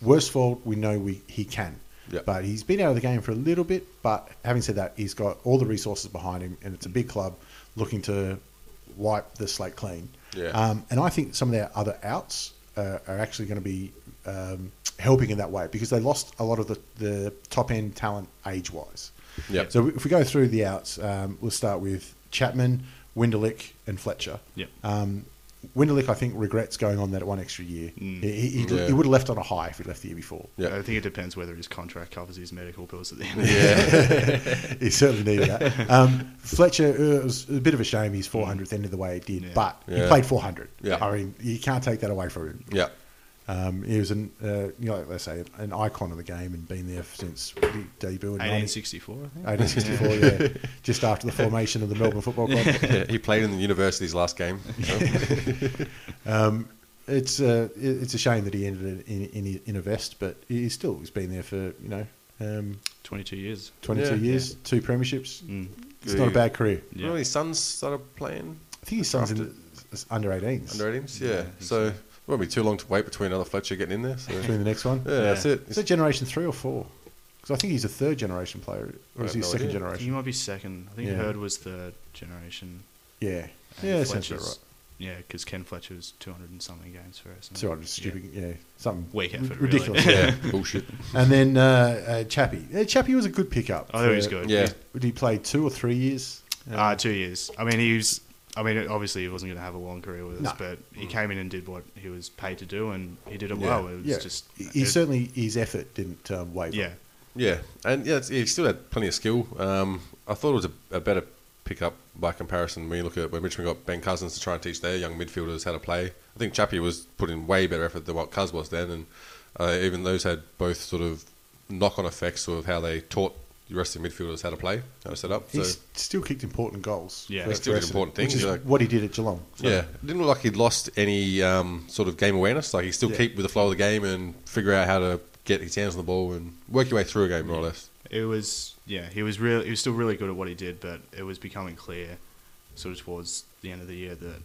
A: worst fault, we know we he can.
B: Yeah.
A: But he's been out of the game for a little bit. But having said that, he's got all the resources behind him, and it's a big club looking to wipe the slate clean.
B: Yeah.
A: Um, and I think some of their other outs uh, are actually going to be um, helping in that way because they lost a lot of the, the top end talent age wise.
B: yeah.
A: So if we go through the outs, um, we'll start with Chapman, Winderlick, and Fletcher.
C: Yep.
A: Um, Winderlick, I think, regrets going on that one extra year.
C: Mm.
A: He, he,
B: Yeah.
A: would have left on a high if he left the year before.
B: Yeah.
C: I think it depends whether his contract covers his medical bills at the end. of the year.
B: yeah.
A: he certainly needed that. Um, Fletcher, uh, it was a bit of a shame he's 400th ended the way it did,
C: Yeah.
A: but he
B: Mm. Yeah.
A: played 400.
B: Yeah.
A: I mean, you can't take that away from him.
B: Yeah.
A: Um, he was an, uh, you know, let's say, an icon of the game and been there since the debut in 19-
C: 1864, I think.
A: 1864, yeah. just after the formation of the Melbourne Football Club.
B: Yeah, He played in the university's last game.
A: It's uh, it- it's a shame that he ended it in in, in a vest, but he's still he's been there for you know um,
C: 22 years.
A: 22
B: Yeah.
A: years, two premierships.
C: Mm.
A: It's not a bad career.
C: Yeah.
B: Remember his sons started playing
A: I think his son's in the- under 18s.
B: under 18s?
C: Yeah, I
B: Yeah.
C: think
B: So it won't be too long to wait between another Fletcher getting in there. So. Yeah,
A: Between the next one,
B: that's it.
A: is that generation three or four? Because I think he's a third generation player, or
B: I
A: is
B: have
A: he a
B: no
A: second
B: idea.
C: He
A: generation?
C: might be second. I think
A: Yeah.
C: Hurd was third generation.
A: Yeah,
C: and
A: yeah, that sounds about
C: Fletcher's-
A: right.
C: Yeah, because Ken Fletcher's 200 and something games for us.
A: Sorry, I'm just stupid. Yeah, something
C: Weak effort, really.
A: ridiculous.
B: Yeah, bullshit.
A: and then uh, uh, Chappie. Uh, Chappie was a good pickup.
C: I thought Oh, he was
A: for-
C: good.
B: Yeah.
A: Did he play two or three years?
C: Uh, two years. I mean, he was. I mean, obviously, he wasn't going to have a long career with us,
A: No.
C: but he came in and did what he was paid to do, and he did it
B: Yeah.
C: well. It
A: Mm.
C: was
A: Um, yeah,
C: just.
A: he, he
C: it-
A: certainly his effort didn't um, waver.
C: Yeah.
B: Yeah, and yeah, it's, he still had plenty of skill. Um, I thought it was a, a better pickup by comparison when you look at when Richmond got Ben Cousins to try and teach their young midfielders how to play. I think Chappie was putting way better effort than what Cuz was then, and uh, even those had both sort of knock-on effects of how they taught the rest of the midfielders how to play, how to set up.
A: He
B: So
A: s- still kicked important goals.
C: Yeah.
A: for-
C: He
B: still
A: for
B: did
A: Essendon,
B: important
A: which
B: things,
A: is
B: like-
A: what he did at Geelong. So-
B: yeah, it didn't look like he'd lost any um, sort of game awareness. Like he still
A: Yeah.
B: keep with the flow of the game and figure out how to get his hands on the ball and work your way through a game more or less.
C: It was. Yeah, he was really. He was still really good at what he did, but it was becoming clear, sort of towards the end of the year, that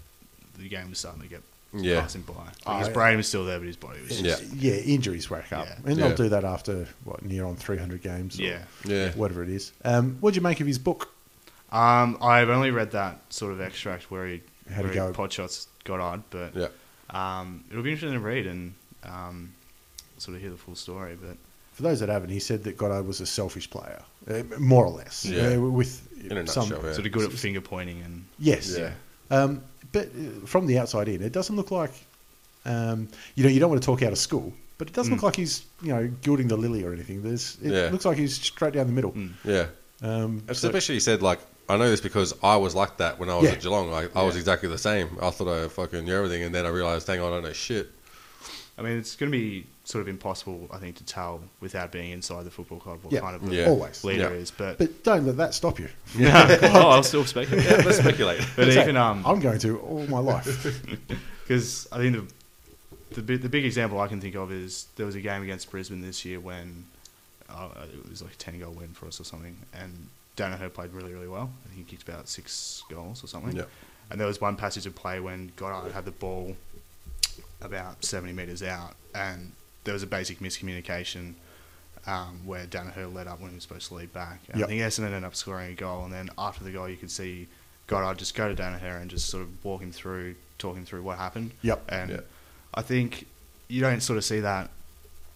C: the game was starting to get
B: Yeah.
C: passing by. Like,
A: Oh,
C: his
A: yeah.
C: brain was still there, but his body was.
B: Yeah.
C: Just,
A: yeah, injuries rack up,
C: Yeah.
A: and they'll
B: Yeah.
A: do that after what near on three hundred games. Or
C: Yeah.
B: Yeah.
A: whatever it is. Um, what would you make of his book?
C: Um, I've only read that sort of extract where he
A: Had a
C: where he
A: go.
C: pot shots got odd, but
B: Yeah.
C: um, it'll be interesting to read and um, sort of hear the full story. But
A: For those that haven't, he said that Goddo was a selfish player, uh, more or less.
B: Yeah.
A: Uh, with
B: In a
A: some,
B: nutshell, yeah.
C: sort of good at finger pointing and
A: Yes.
B: Yeah.
A: Um, but uh, from the outside in, it doesn't look like, um, you know, you don't want to talk out of school, but it doesn't
C: Mm.
A: look like he's, you know, gilding the lily or anything. There's, it
B: Yeah.
A: looks like he's straight down the middle.
C: Mm.
B: Yeah.
A: Um, so-
B: Especially he said like I know this because I was like that when I was
A: Yeah.
B: at Geelong. Like I was exactly the same. I thought I fucking knew everything, and then I realized, hang on, I don't know shit.
C: I mean, it's going to be sort of impossible, I think, to tell without being inside the football club what
A: Yeah.
C: kind of a
B: Yeah.
A: Always.
C: leader
B: Yeah.
C: is. But,
A: but don't let that stop you.
C: no, oh, I'll still speculate.
B: Yeah, let's speculate.
C: But
A: Say,
C: even um,
A: I'm going to all my life.
C: because I think the the big, the big example I can think of is there was a game against Brisbane this year when uh, it was like a ten goal win for us or something, and Danaher played really really well. I think he kicked about six goals or something.
B: Yeah.
C: And there was one passage of play when Goddard had the ball about 70 metres out, and there was a basic miscommunication um, where Danaher led up when he was supposed to lead back. And
A: Yep.
C: I think Essendon ended up scoring a goal, and then after the goal, you could see Goddard just go to Danaher and just sort of walk him through, talk him through what happened.
A: Yep.
C: And
B: Yeah.
C: I think you don't sort of see that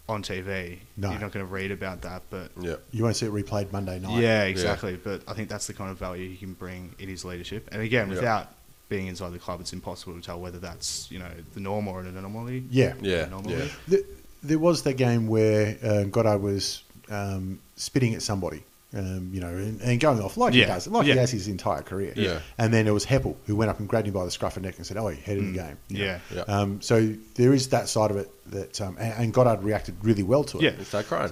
C: on TV.
A: No.
C: You're not going to read about that, but
B: Yeah,
A: You won't see it replayed Monday night.
C: yeah, exactly. But I think that's the kind of value he can bring in his leadership. And again,
B: Yeah.
C: without being inside the club, it's impossible to tell whether that's you know the norm or an anomaly.
A: Yeah.
B: yeah,
C: Anomaly.
B: yeah,
A: Th there was that game where um, Goddard was um, spitting at somebody, um, you know, and, and going off like he
C: Yeah.
A: does, like he
C: Yeah.
A: has his entire career.
B: Yeah.
A: And then it was Heppel who went up and grabbed him by the scruff of the neck and said, "Oh, you're head of the game."
C: Mm. Yeah.
B: yeah.
A: Um, so there is that side of it that, um, and, and Goddard reacted really well to it.
C: Yeah.
B: It's that crying.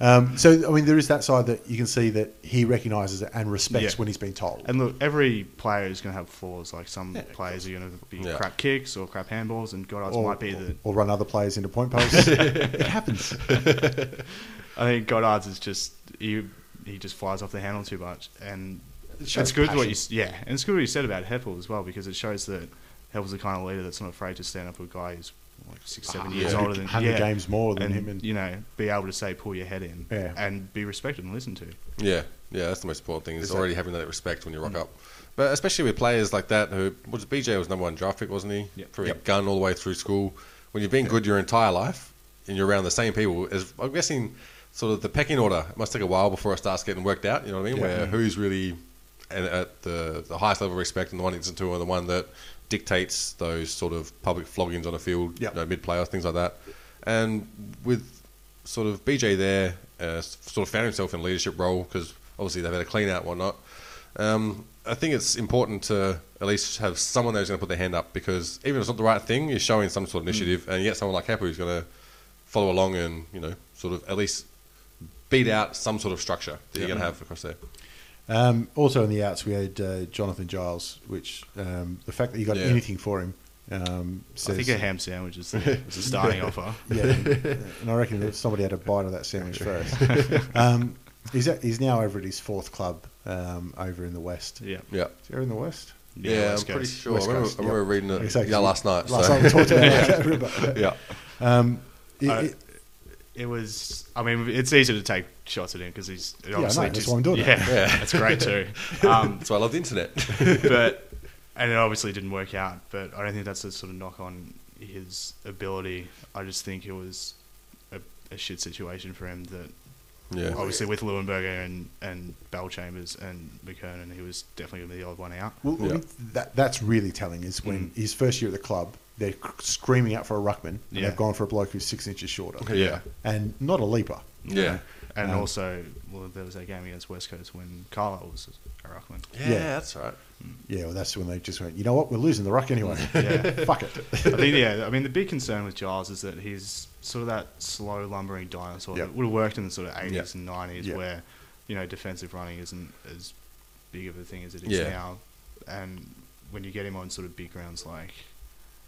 A: Um, so, I mean, there is that side that you can see that he recognises it and respects
C: Yeah.
A: when he's been told.
C: And look, every player is going to have flaws. Like some players are going to be
B: Yeah.
C: crap kicks or crap handballs, and Goddard's might be the.
A: or run other players into point posts. it happens.
C: I think Goddard's is just he he just flies off the handle too much, and
A: It
C: it's
A: shows
C: good what
A: passion.
C: you s- yeah, and it's good what you said about Heppel as well because it shows that Heppel's the kind of leader that's not afraid to stand up to a guy who's like six seven years
A: Ah, yeah.
C: older than
A: 100
C: yeah,
A: games more than him and-
C: you know be able to say pull your head in
A: Yeah.
C: and be respected and listened to.
B: Yeah, yeah, that's the most important thing. Is
A: Exactly.
B: already having that respect when you
A: Mm.
B: rock up, but especially with players like that who was it, BJ was number one draft pick, wasn't he?
C: Yep.
B: Probably
A: Yep.
B: gun all the way through school. When you've been good your entire life and you're around the same people, as I'm guessing, sort of the pecking order. It must take a while before it starts getting worked out. You know what I mean?
A: Yeah.
B: Where who's really and at the the highest level of respect and the one that's into and the one that dictates those sort of public floggings on a field,
A: Yep.
B: you know, mid playoffs, things like that. And with sort of BJ there, uh, s- sort of found himself in a leadership role because obviously they've had a clean out and whatnot. Um, I think it's important to at least have someone that's going to put their hand up because even if it's not the right thing, you're showing some sort of initiative, and you get someone like Hapu who's going to follow along and you know sort of at least beat out some sort of structure that you're going to have across there.
A: Um, also on the outs, we had uh, Jonathan Giles, which um, the fact that you got
B: Yeah.
A: anything for him um, says.
C: I think a ham sandwich is the, is the starting offer.
A: yeah, and I reckon that somebody had a bite of that sandwich first. Um, he's, at, he's now over at his fourth club um, over in the West.
C: Yeah,
B: Yeah.
A: Is he over in the West?
B: Yeah, I'm
C: West
B: pretty
C: Coast.
B: sure. I
A: West
B: remember,
A: Coast,
B: I remember reading it
A: Exactly.
B: yeah, last night.
A: Last
B: so.
A: night we talked about it. I can't remember.
B: yeah.
A: Um, it-
C: I-
A: it-
C: It was. I mean, it's easy to take shots at him because he's it
A: I
C: obviously
A: know, that's
C: just-
A: why I'm doing it.
C: yeah,
B: Yeah.
C: that's great too. Um,
B: That's why I love the internet.
C: but and it obviously didn't work out. But I don't think that's a sort of knock on his ability. I just think it was a, a shit situation for him. That
B: yeah.
C: obviously with Lewinberger and and Bell Chambers and McKernan, he was definitely going to be the odd one out.
A: well, well,
B: Yeah. Mm.
A: that, that's really telling is when his first year at the club, they're c- screaming out for a ruckman and
C: Yeah.
A: they've gone for a bloke who's six inches shorter.
B: Yeah.
A: And not a leaper.
B: Yeah.
C: And
A: Um,
C: also, well, there was that game against West Coast when Carlisle was at Rockland.
B: Yeah,
A: Yeah.
B: that's right.
A: Yeah, well, that's when they just went, you know what, we're losing the ruck anyway.
C: Yeah.
A: Fuck it.
C: I think, yeah, I mean, the big concern with Giles is that he's sort of that slow, lumbering dinosaur
A: Yeah.
C: that would have worked in the sort of 80s
B: Yeah.
C: and 90s
A: Yeah.
C: where, you know, defensive running isn't as big of a thing as it is
B: Yeah.
C: now. And when you get him on sort of big grounds like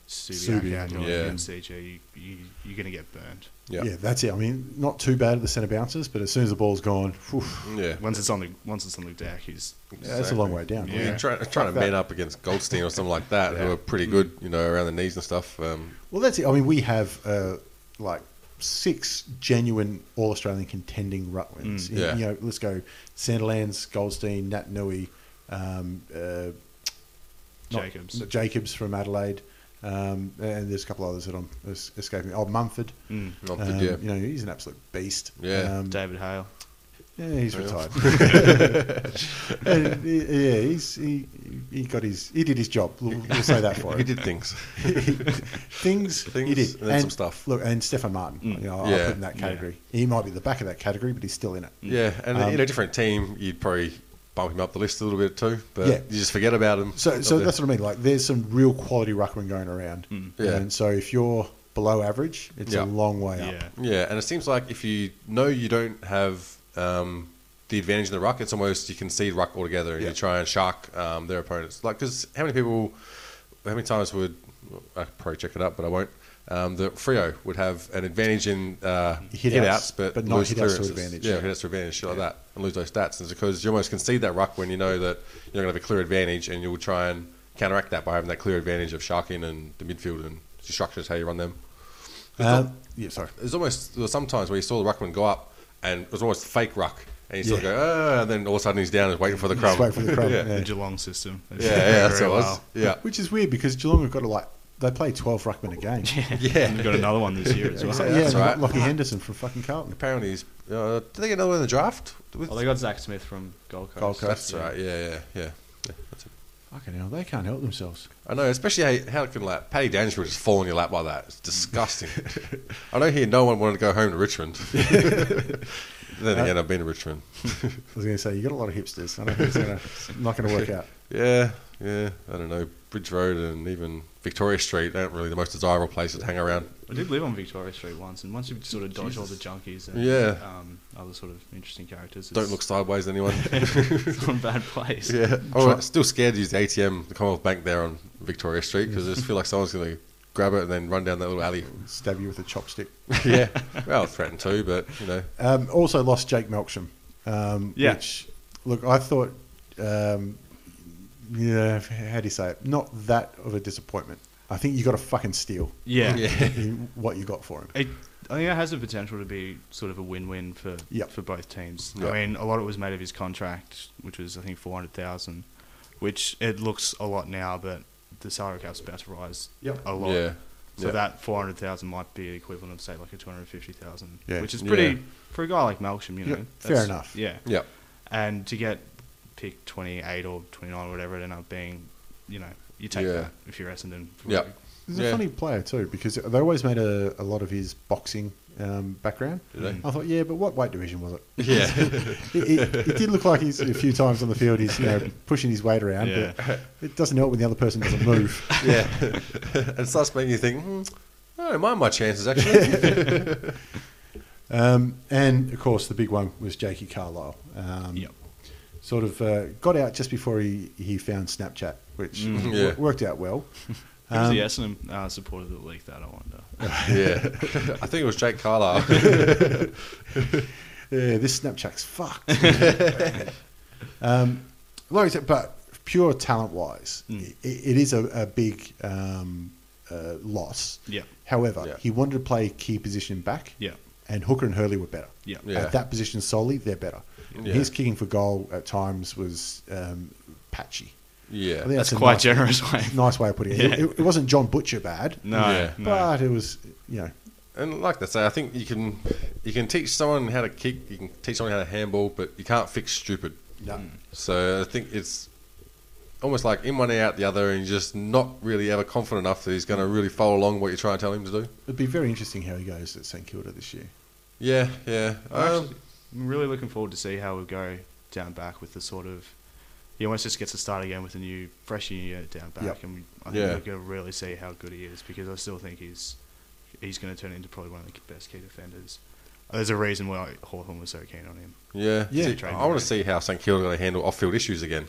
C: Subiac,
A: Subiac,
C: Adelaide,
B: yeah.
C: and CG, you, you, you're going to get burned.
B: Yeah.
A: Yeah, that's it. I mean, not too bad at the centre bounces, but as soon as the ball's gone, phew,
B: Yeah.
C: Once it's on the once it's on the deck, he's
A: yeah, that's a long way down.
C: Yeah.
B: You're try, trying to
A: that.
B: man up against Goldstein or something like that,
A: Yeah.
B: who are pretty good, you know, around the knees and stuff. Um,
A: Well, that's it. I mean, we have uh, like six genuine All Australian contending ruckwins.
C: Mm,
A: You-
B: yeah.
A: You know, let's go Sanderlands, Goldstein, Nat Nui, um, uh, not-
C: Jacobs.
A: Jacobs from Adelaide, um, and there's a couple others that I'm es- escaping. Oh, Mumford.
C: Mm.
B: not
A: Um,
B: yeah.
A: You know, he's an absolute beast.
B: Yeah.
A: Um,
C: David Hale.
A: yeah, he's
B: Yeah.
A: retired. And, he- yeah, he's he, he got his he did his job. We'll, we'll say that for him.
B: He did things.
A: things,
B: Things
A: he did.
B: and then some stuff.
A: Look, and Stefan Martin,
C: Mm.
A: you know, I
B: Yeah.
A: put in that
C: Yeah.
A: category. He might be the back of that category, but he's still in it.
B: yeah, and
A: Um,
B: in a different team, you'd probably bump him up the list a little bit too, but
A: Yeah.
B: you just forget about him.
A: So, so
B: But-
A: that's what I mean. Like, there's some real quality ruckman going around,
C: Mm.
B: Yeah.
A: and so if you're below average, it's
B: Yeah.
A: a long way up.
C: Yeah.
B: Yeah, and it seems like if you know you don't have um, the advantage in the ruck, it's almost you concede ruck altogether and
A: Yeah.
B: you try and shark um, their opponents. Like, because how many people, how many times would, I could probably check it up, but I won't, um, the Frio would have an advantage in uh,
A: Hit
B: hit,
A: outs,
B: outs, but,
A: but not
B: lose
A: hit outs to
B: clearances.
A: advantage.
B: Yeah, hit outs to advantage, shit like that, and lose those stats. And it's because you almost concede that ruck when you know that you're going to have a clear advantage and you'll try and counteract that by having that clear advantage of sharking and the midfield and the structures, how you run them.
A: Um, yeah, sorry.
B: It was almost there were some times where you saw the ruckman go up and it was almost fake ruck, and you sort
A: Yeah.
B: of go, oh, and then all of a sudden he's down and waiting for the crumb.
A: Just wait for the crumb.
B: yeah.
A: Yeah.
B: yeah,
C: The Geelong system.
B: yeah, that's what it was. Yeah,
A: Which is weird because Geelong have got to like they play 12 ruckmen a game.
B: Yeah.
C: We've got another one this year as well.
A: So,
B: that's
A: and
B: right.
A: Lockie Henderson from fucking Carlton.
B: apparently he's. Uh, did they get another one in the draft? With,
C: Oh, they got Zach Smith from Gold Coast.
A: Gold Coast.
B: that's right. Yeah, yeah, yeah. yeah that's it.
A: Fucking hell, they can't help themselves.
B: I know, especially how, how can like Paddy Dangerfield just fall in your lap like that? It's disgusting. I know here no one wanted to go home to Richmond. Uh, then again, I've been to Richmond.
A: I was going to say you got a lot of hipsters. I don't think it's gonna, it's not going to work out.
B: Yeah, yeah, I don't know. Bridge Road and even Victoria Street aren't really the most desirable places to hang around.
C: I did live on Victoria Street once, and once you sort of dodge all the junkies and
B: Yeah.
C: um, other sort of interesting characters,
B: Don't look sideways, anyone.
C: it's not a bad place.
B: yeah, oh, I'm still scared to use the ATM, the Commonwealth Bank there on Victoria Street because I just feel like someone's going to grab it and then run down that little alley.
A: Stab you with a chopstick.
B: yeah, well, threatened to, but you know,
A: Um, also lost Jake Melksham. Um,
C: Yeah.
A: Which, look, I thought, um, yeah, how do you say it? Not that of a disappointment. I think you got a fucking steal.
C: Yeah.
B: Yeah.
A: in what you got for him.
C: It, I think it has the potential to be sort of a win-win for
A: Yep.
C: for both teams.
B: Yep.
C: I mean, a lot of it was made of his contract, which was I think four hundred thousand, which it looks a lot now, but the salary cap's about to rise
A: Yep.
C: a lot.
B: yeah,
C: So
B: Yeah.
C: that four hundred thousand might be the equivalent of say like a two hundred fifty thousand,
A: Yeah.
C: which is pretty
B: Yeah.
C: for a guy like Malcolm, you know.
A: Yeah, fair
C: that's-
A: enough.
C: Yeah,
B: yeah,
C: and to get pick twenty eight or twenty nine, whatever it ended up being, you know, you take
B: Yeah.
C: that if you're Essendon.
B: Yeah.
A: He's
B: Yeah.
A: a funny player too because they always made a, a lot of his boxing um, background.
B: Did they?
A: I thought, yeah, but what weight division was it?
B: yeah.
A: It, it, it did look like he's a few times on the field he's you know, pushing his weight around,
C: Yeah.
A: but it doesn't help when the other person doesn't move.
B: Yeah, it starts making you think. Hmm, I don't mind my chances actually.
A: Um, and of course, the big one was Jakey Carlisle. Um,
C: Yep.
A: Sort of uh, got out just before he, he found Snapchat, which
C: Mm.
A: wo-
B: Yeah.
A: worked out well.
C: Who was
A: Um,
C: the Essendon uh, supporter that leaked that? I wonder.
B: yeah, I think it was Jake Carlisle.
A: Yeah, Uh, this Snapchat's fucked. um, like I said, but pure talent wise,
C: Mm.
A: it, it is a, a big um, uh, loss.
C: Yeah.
A: However,
B: Yeah.
A: he wanted to play key position back.
C: Yeah.
A: And Hooker and Hurley were better.
C: Yeah.
B: Yeah.
A: At that position solely, they're better.
B: Yeah.
A: His kicking for goal at times was um, patchy.
B: yeah,
A: I think
C: That's
A: a
C: quite
A: nice,
C: generous way.
A: Nice way of putting it.
C: Yeah.
A: it. It wasn't John Butcher bad,
C: No,
B: Yeah.
C: no.
A: but it was, you know,
B: And like they say, I think you can you can teach someone how to kick, you can teach someone how to handball, but you can't fix stupid.
A: no.
B: So I think it's almost like in one ear out the other, and you're just not really ever confident enough that he's going to really follow along what you're trying to tell him to do.
A: it'd be very interesting how he goes at St Kilda this year.
B: Yeah, yeah.
C: I'm
B: Um,
C: actually- I'm really looking forward to see how we go down back with the sort of. He almost just gets to start again with a new, fresh new year down back,
A: Yep.
C: and I think
B: Yeah.
C: we can really see how good he is because I still think he's he's going to turn into probably one of the best key defenders. Uh, There's a reason why Hawthorn was so keen on him.
B: yeah,
A: Yeah.
B: See, I want to see how St Kilda are going to handle off-field issues again.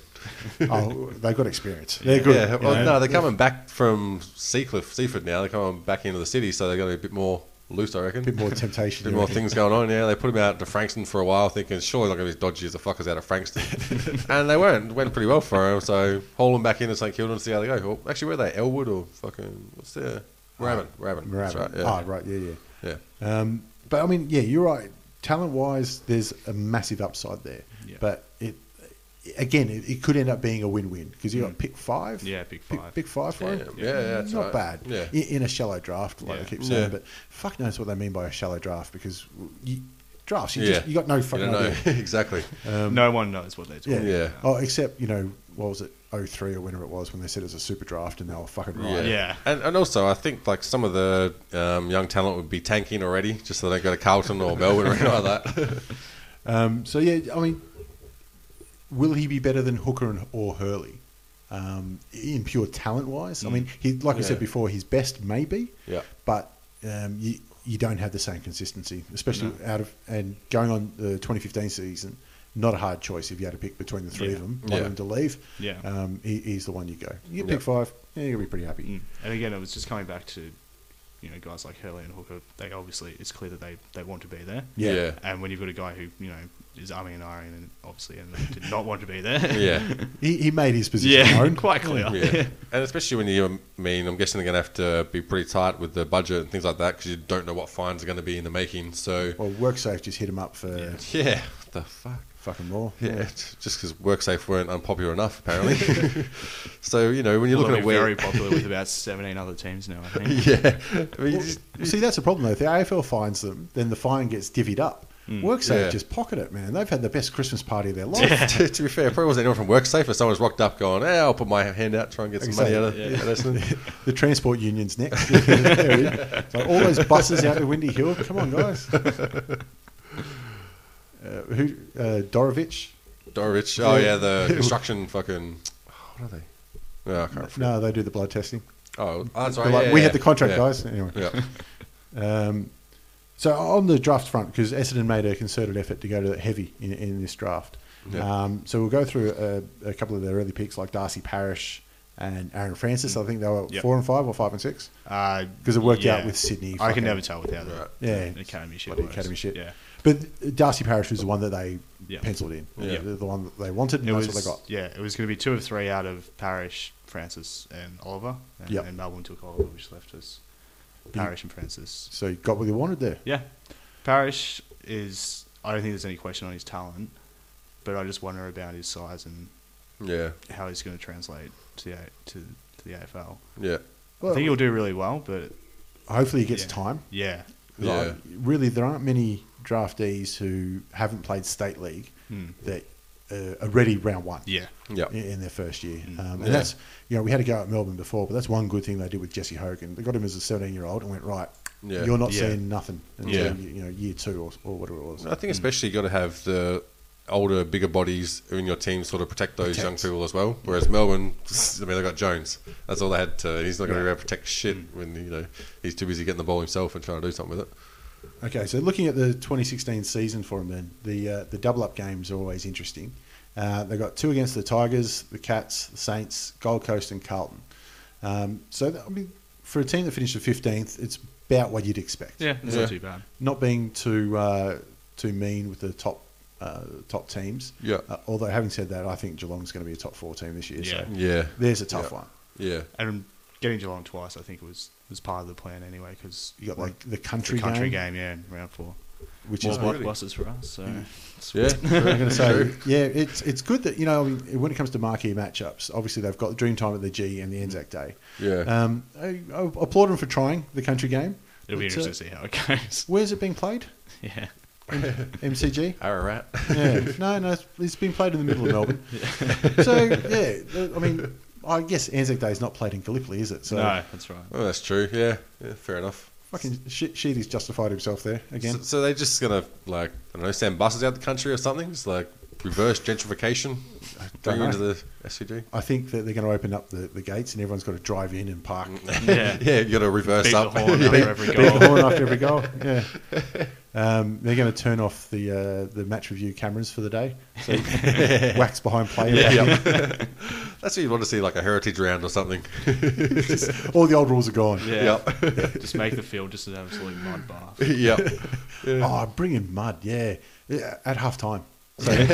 A: oh, they've got experience. They're good.
B: Yeah,
A: you
B: well,
A: know.
B: no, they're coming back from Seacliff, Seaford now. They're coming back into the city, so they're going to be a bit more loose, I reckon.
A: bit more temptation.
B: bit
A: you
B: more
A: reckon.
B: things going on. Yeah, they put him out to Frankston for a while, thinking surely they're going to be as dodgy as the fuckers out of Frankston, and they weren't. It went pretty well for him, so haul him back into St Kilda and see how they go. Well, actually, were they Elwood or fucking what's their Raven? Raven.
A: Right.
B: That's right. Yeah.
A: Ah, right. Yeah,
B: Yeah.
A: yeah. Um, but I mean, yeah, you're right. Talent wise, there's a massive upside there.
C: Yeah.
A: But it, again, it, it could end up being a win-win because you got pick five.
C: Yeah, pick
A: Pick,
C: five.
A: five for
B: Mm. Yeah,
A: him. Mm,
B: yeah, yeah, that's
A: Not
B: right.
A: bad.
B: Yeah.
A: In, in a shallow draft, like I
C: Yeah.
A: keep saying,
B: Yeah.
A: but fuck knows what they mean by a shallow draft because you, drafts, you
B: yeah.
A: just you got no fucking
B: You don't
A: idea.
B: know. exactly.
C: Um, no one knows what they're
A: Yeah.
C: talking
B: Yeah.
C: about.
A: Oh, except you know what was it? 03 or whenever it was when they said it was a super draft and they were fucking right.
B: Yeah.
C: Yeah.
B: And, and also, I think like some of the um, young talent would be tanking already, just so they don't go to Carlton or Melbourne or anything like that.
A: Um, so yeah, I mean, will he be better than Hooker and, or Hurley um, in pure talent wise? I mean, he like I
B: Yeah.
A: said before, his best maybe,
B: Yeah.
A: but um, you you don't have the same consistency, especially out of and going on the 2015 season. Not a hard choice if you had to pick between the three
C: Yeah.
A: of them, one
B: Yeah.
A: of them to leave.
C: Yeah.
A: um, he, he's the one you go. You get
B: Yeah.
A: pick five, yeah, you're gonna be pretty happy.
C: Mm. And again, it was just coming back to, you know, guys like Hurley and Hooker. They obviously it's clear that they, they want to be there.
A: Yeah.
B: Yeah.
C: And when you've got a guy who you know is umming and ahhing and obviously and did not want to be there.
B: Yeah.
A: He, he made his position
C: yeah,
A: known.
C: quite clear.
B: Yeah. and especially when you, I mean, I'm guessing they're going to have to be pretty tight with the budget and things like that because you don't know what fines are going to be in the making. So,
A: Well, WorkSafe just hit him up for
B: yeah, what the fuck?
A: fucking more.
B: Yeah, it's just because WorkSafe weren't unpopular enough, apparently. so, you know, when you're
C: Although
B: looking at
C: we're
B: where.
C: very popular with about seventeen other teams now. I think.
B: yeah. I mean, you
A: Well,
B: just-
A: see, that's the problem though. If the AFL finds them, then the fine gets divvied up. WorkSafe
B: Mm. Yeah.
A: just pocket it, man. They've had the best Christmas party of their life.
B: to, to be fair, probably wasn't anyone from WorkSafe, but someone's rocked up going, hey, I'll put my hand out, try and get some money out of
A: Exactly.
B: out of this. one."
A: The transport union's next. There we go. so all those buses out to Windy Hill. Come on, guys. Uh, who? Uh, Dorovich.
B: Dorich. Oh,
A: Yeah.
B: yeah, the construction fucking. What are they? Yeah, oh, I can't
A: No, they do the blood testing.
B: Oh, that's right.
A: They're like,
B: yeah,
A: we
B: yeah,
A: had the contract,
B: yeah.
A: guys. Anyway.
B: Yeah.
A: Um, so on the draft front, because Essendon made a concerted effort to go to heavy in, in this draft.
B: Yeah.
A: Um, so we'll go through a, a couple of their early picks, like Darcy Parish and Aaron Francis. I think they were
C: Yep.
A: four and five or five and six.
C: Because
A: 'Cause it worked out with Sydney,
C: Uh, I can
A: fucking-
C: never tell without
B: Right.
C: that.
A: Yeah.
C: academy shit.
A: Bloody
C: works.
A: academy shit.
C: Yeah,
A: But Darcy Parish was the one that they
C: Yeah.
A: penciled in,
B: Yeah.
A: the, the one that they wanted, and
C: it
A: that's
C: was.
A: what they got.
C: Yeah, it was going to be two of three out of Parish, Francis, and Oliver, and,
A: Yep.
C: and Melbourne took Oliver, which left us Parish and Francis.
A: So you got what you wanted there.
C: Yeah, Parish is. I don't think there's any question on his talent, but I just wonder about his size and
B: Yeah.
C: how he's going to translate to the A- to, to the AFL.
B: Yeah.
A: Well,
C: I think he'll do really well, but
A: hopefully he gets
C: Yeah.
A: time.
C: yeah,
B: Yeah.
A: Like, really, there aren't many draftees who haven't played state league
C: Hmm.
A: that uh, are ready round one.
C: yeah,
B: Yeah.
A: in, in their first year. Um,
C: Mm.
A: and
B: Yeah.
A: that's, you know, we had a go at Melbourne before, but that's one good thing they did with Jesse Hogan. They got him as a 17 year old and went, right,
B: Yeah.
A: you're not
C: Yeah.
A: seeing nothing until,
B: Yeah.
A: you, you know, year two or, or whatever it was.
B: I think especially you got to have the older, bigger bodies in your team sort of protect those young
A: Protect.
B: people as well. Whereas Melbourne, I mean, they got Jones. That's all they had. To, he's not going to be able to protect shit
A: Mm.
B: when you know he's too busy getting the ball himself and trying to do something with it.
A: Okay, so looking at the 2016 season for him then, the, uh, the double up games are always interesting. Uh, they got two against the Tigers, the Cats, the Saints, Gold Coast, and Carlton. Um, so, that, I mean, for a team that finished the 15th, it's about what you'd expect.
C: yeah. It's
B: Yeah.
C: not too bad.
A: not being too uh, too mean with the top uh, top teams.
B: Yeah.
A: Uh, although having said that, I think Geelong's going to be a top four team this year. So
C: Yeah.
B: Yeah.
A: there's a tough
B: Yeah.
A: one.
B: Yeah.
C: And getting Geelong twice, I think was was part of the plan anyway, because
A: You got like the country,
C: the country
A: game,
C: game, yeah, in round four.
A: which
C: More
A: is
B: really-
C: block buses for us, so it's-
B: Yeah.
A: I'm going to say, yeah, it's it's good that you know I mean, when it comes to marquee matchups, obviously they've got Dreamtime at the G
C: Mm.
A: and the Anzac Day.
B: Yeah.
A: Um, I, I applaud them for trying the country game.
C: it'll be
A: But, uh,
C: interesting to see how it goes.
A: where's it being played?
C: yeah,
A: MCG.
B: Ararat.
A: yeah. No, no, it's- it's been played in the middle of Melbourne. So yeah, the- I mean, I guess Anzac Day is not played in Gallipoli, is it? So
C: no, that's right.
B: Oh, that's true. Yeah. Yeah. Fair enough.
A: fucking She- Sheedy's justified himself there again.
B: So, so they're just gonna like I don't know send buses out the country or something. It's like reverse gentrification. Bring
A: know.
B: into the SCG.
A: I think that they're going to open up the, the gates and everyone's got to drive in and park.
C: Yeah.
B: yeah. You got to reverse
C: Beat the
B: up.
C: horn after every
A: Beat the
C: goal.
A: horn after every goal. Yeah. Um, they're going to turn off the uh, the match review cameras for the day. So wax behind player.
B: Yeah. That's what you want to see, like a heritage round or something.
A: All the old rules are gone.
C: Yeah, just make the field just an absolute mud bath.
B: yep.
A: Oh, bring in mud. Yeah. yeah at half time. So play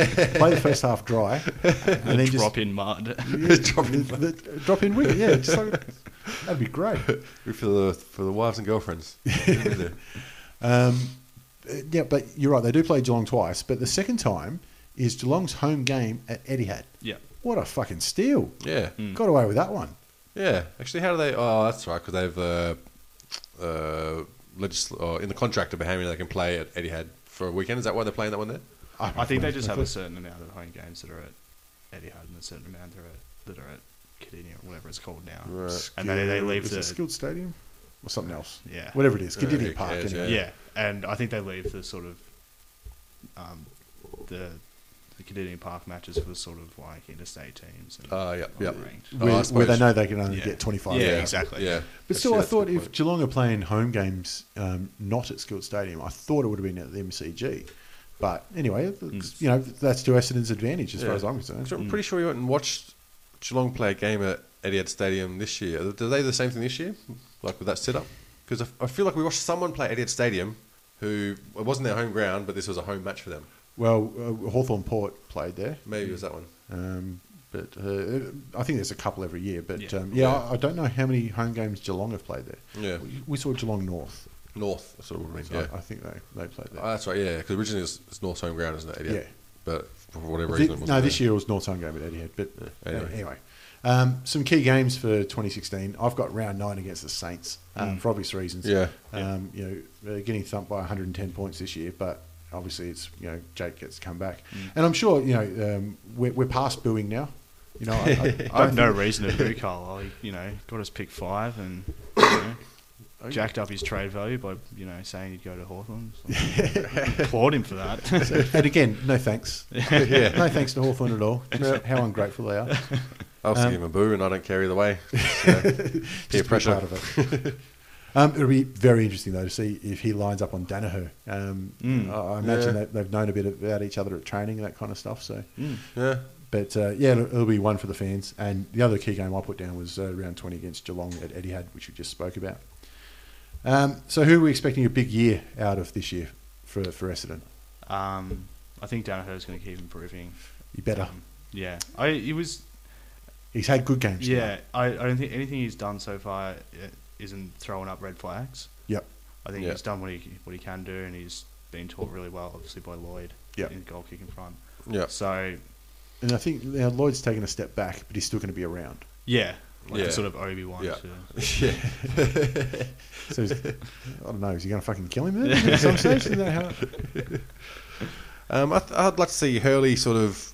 A: the first half dry and then just
C: Drop in mud.
A: Yeah,
B: Drop in
A: the- the- drop in wicket. Yeah, just like, that'd be great.
B: For the for the wives and girlfriends.
A: Um, uh, yeah, but you're right. They do play Geelong twice, but the second time is Geelong's home game at Etihad.
C: yeah,
A: What a fucking steal!
B: yeah.
C: Hmm.
A: Got away with that one.
B: Yeah. Actually, how do they? Oh, that's right, because they've uh, uh, legisl- or in the contract about how many they can play at Etihad for a weekend. Is that why they're playing that one there?
C: I think they just have a certain amount of home games that are at Etihad and a certain amount that are at, that are at Cadinia or whatever it's called now.
B: Right.
C: And they, they leave
A: Is it
C: the
A: skilled stadium or something else.
C: Yeah. Uh,
A: whatever it is,
B: Yeah,
A: Gadinia
B: who
A: Park.
B: cares,
A: anyway.
C: Yeah, and I think they leave the sort of um, the the Canadian Park matches for sort of like interstate teams. And
B: Uh, yeah, yeah. Oh,
C: unranked.
B: I
A: Where, where they
B: suppose.
A: know they can only
C: Yeah.
A: get 25.
C: Yeah,
A: Yeah.
C: exactly.
B: Yeah.
A: But still,
B: Actually,
A: I
B: that's a
A: thought
B: good
A: if
B: point.
A: Geelong are playing home games um, not at Skilled Stadium, I thought it would have been at the MCG. But anyway, it looks- you know that's to Essendon's advantage as far
B: Hmm. Yeah.
A: as I'm concerned.
B: 'Cause I'm pretty sure we went and watched Geelong play a game at Etihad Stadium this year. Do they do the same thing this year? Like with that setup? Because I, I feel like we watched someone play Etihad Stadium who it wasn't their home ground, but this was a home match for them.
A: Well, uh, Hawthorn Port played there,
B: Maybe it was that one.
A: um, but uh, I think there's a couple every year. But
C: Yeah.
A: yeah, um, yeah
B: Yeah.
A: I, I don't know how many home games Geelong have played there.
B: Yeah.
A: we, we saw Geelong North.
B: North, that's what it would mean.
A: So
B: Yeah.
A: I, I think they, they played there.
B: Oh, that's right, yeah. Because originally it's, it's North's home ground, isn't it? Etihad?
A: Yeah.
B: But for whatever
A: Thi-
B: reason, it wasn't
A: no, this
B: there.
A: year it was North's home game at Etihad. But
B: Yeah, anyway.
A: anyway, anyway. Um, some key games for 2016. I've got round nine against the Saints um, for obvious reasons.
B: Mm. Yeah.
A: um, you know, uh, getting thumped by 110 points this year, but obviously it's you know Jake gets to come back,
B: Mm.
A: and I'm sure you know um, we're, we're past booing now. You know, I, I, don't
C: I have no
A: think-
C: reason to boo Carlisle. He, you know, got us pick five and you know, jacked up his trade value by you know saying he'd go to Hawthorn. applaud him for that.
A: and again, no thanks.
B: Yeah.
A: No thanks to Hawthorn at all. Just How ungrateful they are.
B: I was
A: Um,
B: giving him a boo, and I don't care either way. So, peer
A: Just to be
B: pressure.
A: part of it. um, it'll be very interesting though to see if he lines up on Danaher. Um,
C: Mm.
A: I I imagine
B: Yeah.
A: that they've known a bit about each other at training and that kind of stuff. So,
C: Mm.
B: Yeah,
A: but uh, yeah, it'll, it'll be one for the fans. And the other key game I put down was uh, round twenty against Geelong at Etihad, which we just spoke about. Um, so, who are we expecting a big year out of this year for for Essendon?
C: Um, I think Danaher's going to keep improving.
A: You better.
C: Um, yeah, I he was.
A: He's had good games. now.
C: Yeah, I, I don't think anything he's done so far uh, isn't throwing up red flags.
A: Yep.
C: I think
B: Yeah.
C: he's done what he what he can do, and he's been taught really well, obviously by Lloyd.
A: Yeah.
C: in goal kicking front.
B: yeah,
C: So
A: And I think now Lloyd's taken a step back, but he's still going to be around.
C: yeah, like
B: Yeah.
C: a sort of Obi Wan.
B: Yeah.
C: to
B: yeah.
A: So he's- I don't know. Is he going to fucking kill him then? At some stage? Isn't that how-
B: Um, I th- I'd like to see Hurley sort of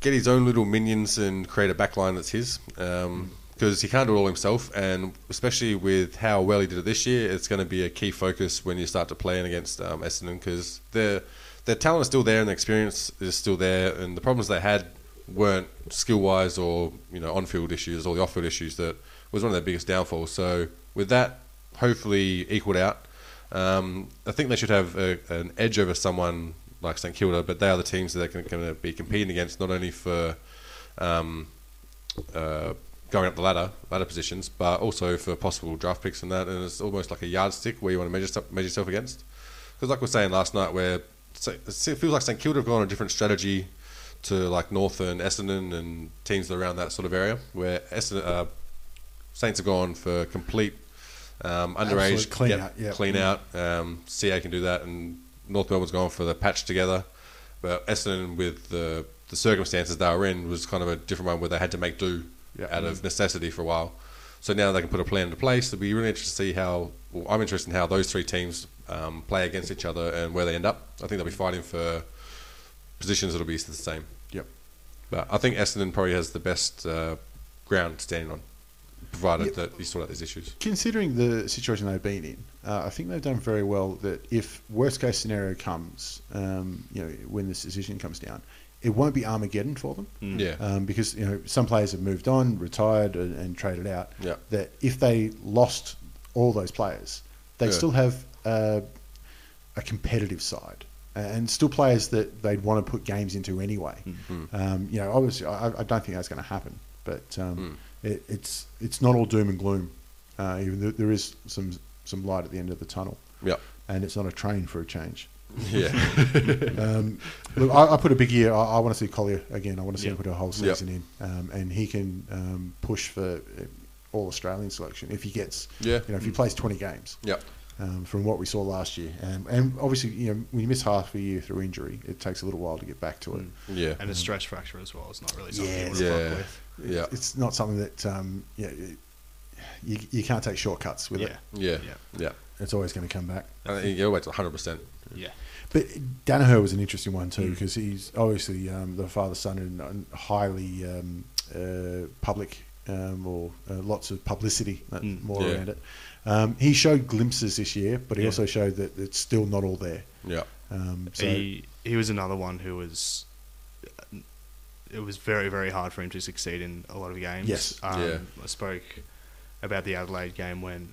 B: get his own little minions and create a backline that's his, because he can't do it all himself. And especially with how well he did it this year, it's going to be a key focus when you start to play in against um, Essendon because their their talent is still there and the experience is still there, and the problems they had weren't skill wise or you know on field issues or the off field issues that was one of their biggest downfalls. So with that hopefully equaled out. Um, I think they should have a, an edge over someone like St Kilda, but they are the teams that they're going to be competing against, not only for um, uh, going up the ladder, ladder positions, but also for possible draft picks and that. And it's almost like a yardstick where you want to measure, stuff- measure yourself against. Because, like we were saying last night, where so- it feels like St Kilda have gone on a different strategy to like North and Essendon and teams around that sort of area, where Essendon, uh, Saints have gone for complete um, underage
A: Absolute clean
B: yep,
A: out, yep.
B: clean out. Um, CA can do that, and North Melbourne's gone for the patch together. But Essendon, with the the circumstances they were in, was kind of a different one where they had to make do
A: Yeah.
B: out of necessity for a while. So now they can put a plan into place. It'll be really interesting to see how. Well, I'm interested in how those three teams um, play against each other and where they end up. I think they'll be fighting for positions that'll be the same.
A: Yep.
B: But I think Essendon probably has the best uh, ground to stand on, provided that you sort out these issues.
A: Considering the situation they've been in, uh, I think they've done very well. That if worst case scenario comes, um, you know, when this decision comes down, it won't be Armageddon for them
C: Mm.
B: Yeah.
A: um, because you know some players have moved on, retired, and, and traded out.
B: Yeah.
A: That if they lost all those players, they
B: Yeah.
A: still have uh, a competitive side and still players that they'd want to put games into anyway.
B: Mm-hmm.
A: Um, you know, obviously, I, I don't think that's going to happen, but um,
B: Mm.
A: it, it's it's not all doom and gloom. Uh, even though there is some some light at the end of the tunnel,
B: Yeah.
A: and it's not a train for a change.
B: Yeah.
A: Um, look, I, I put a big year. I, I want to see Collier again. I want to see him
C: Yeah.
A: put a whole
B: Yeah.
A: season in, um, and he can um, push for uh, all Australian selection if he gets.
B: Yeah. Mm.
A: You know, if he plays twenty games
B: Yeah.
A: um, from what we saw last year, um, and obviously, you know, when you miss half a year through injury, it takes a little while to get back to it.
C: Mm.
B: Yeah.
C: and a stress fracture as well. It's not really something
A: Yeah,
C: you want to fuck
B: Yeah.
C: with.
B: Yeah.
A: It's not something that um, yeah, it- you, you can't take shortcuts with it.
C: Yeah,
B: Yeah.
C: yeah,
B: Yeah.
A: It's always going to come back.
B: I think you go back to 100%.
C: yeah.
A: But Danaher was an interesting one
C: Mm.
A: too because he's obviously um, the father son and, and highly um, uh, public um, or uh, lots of publicity uh,
C: Mm.
A: more
B: Yeah.
A: around it. Um, he showed glimpses this year, but he
C: Yeah.
A: also showed that it's still not all there.
B: Yeah.
A: Um, so
C: he he was another one who was. uh, It was very very hard for him to succeed in a lot of games.
A: Yes.
C: um,
B: Yeah.
C: I spoke about the Adelaide game when,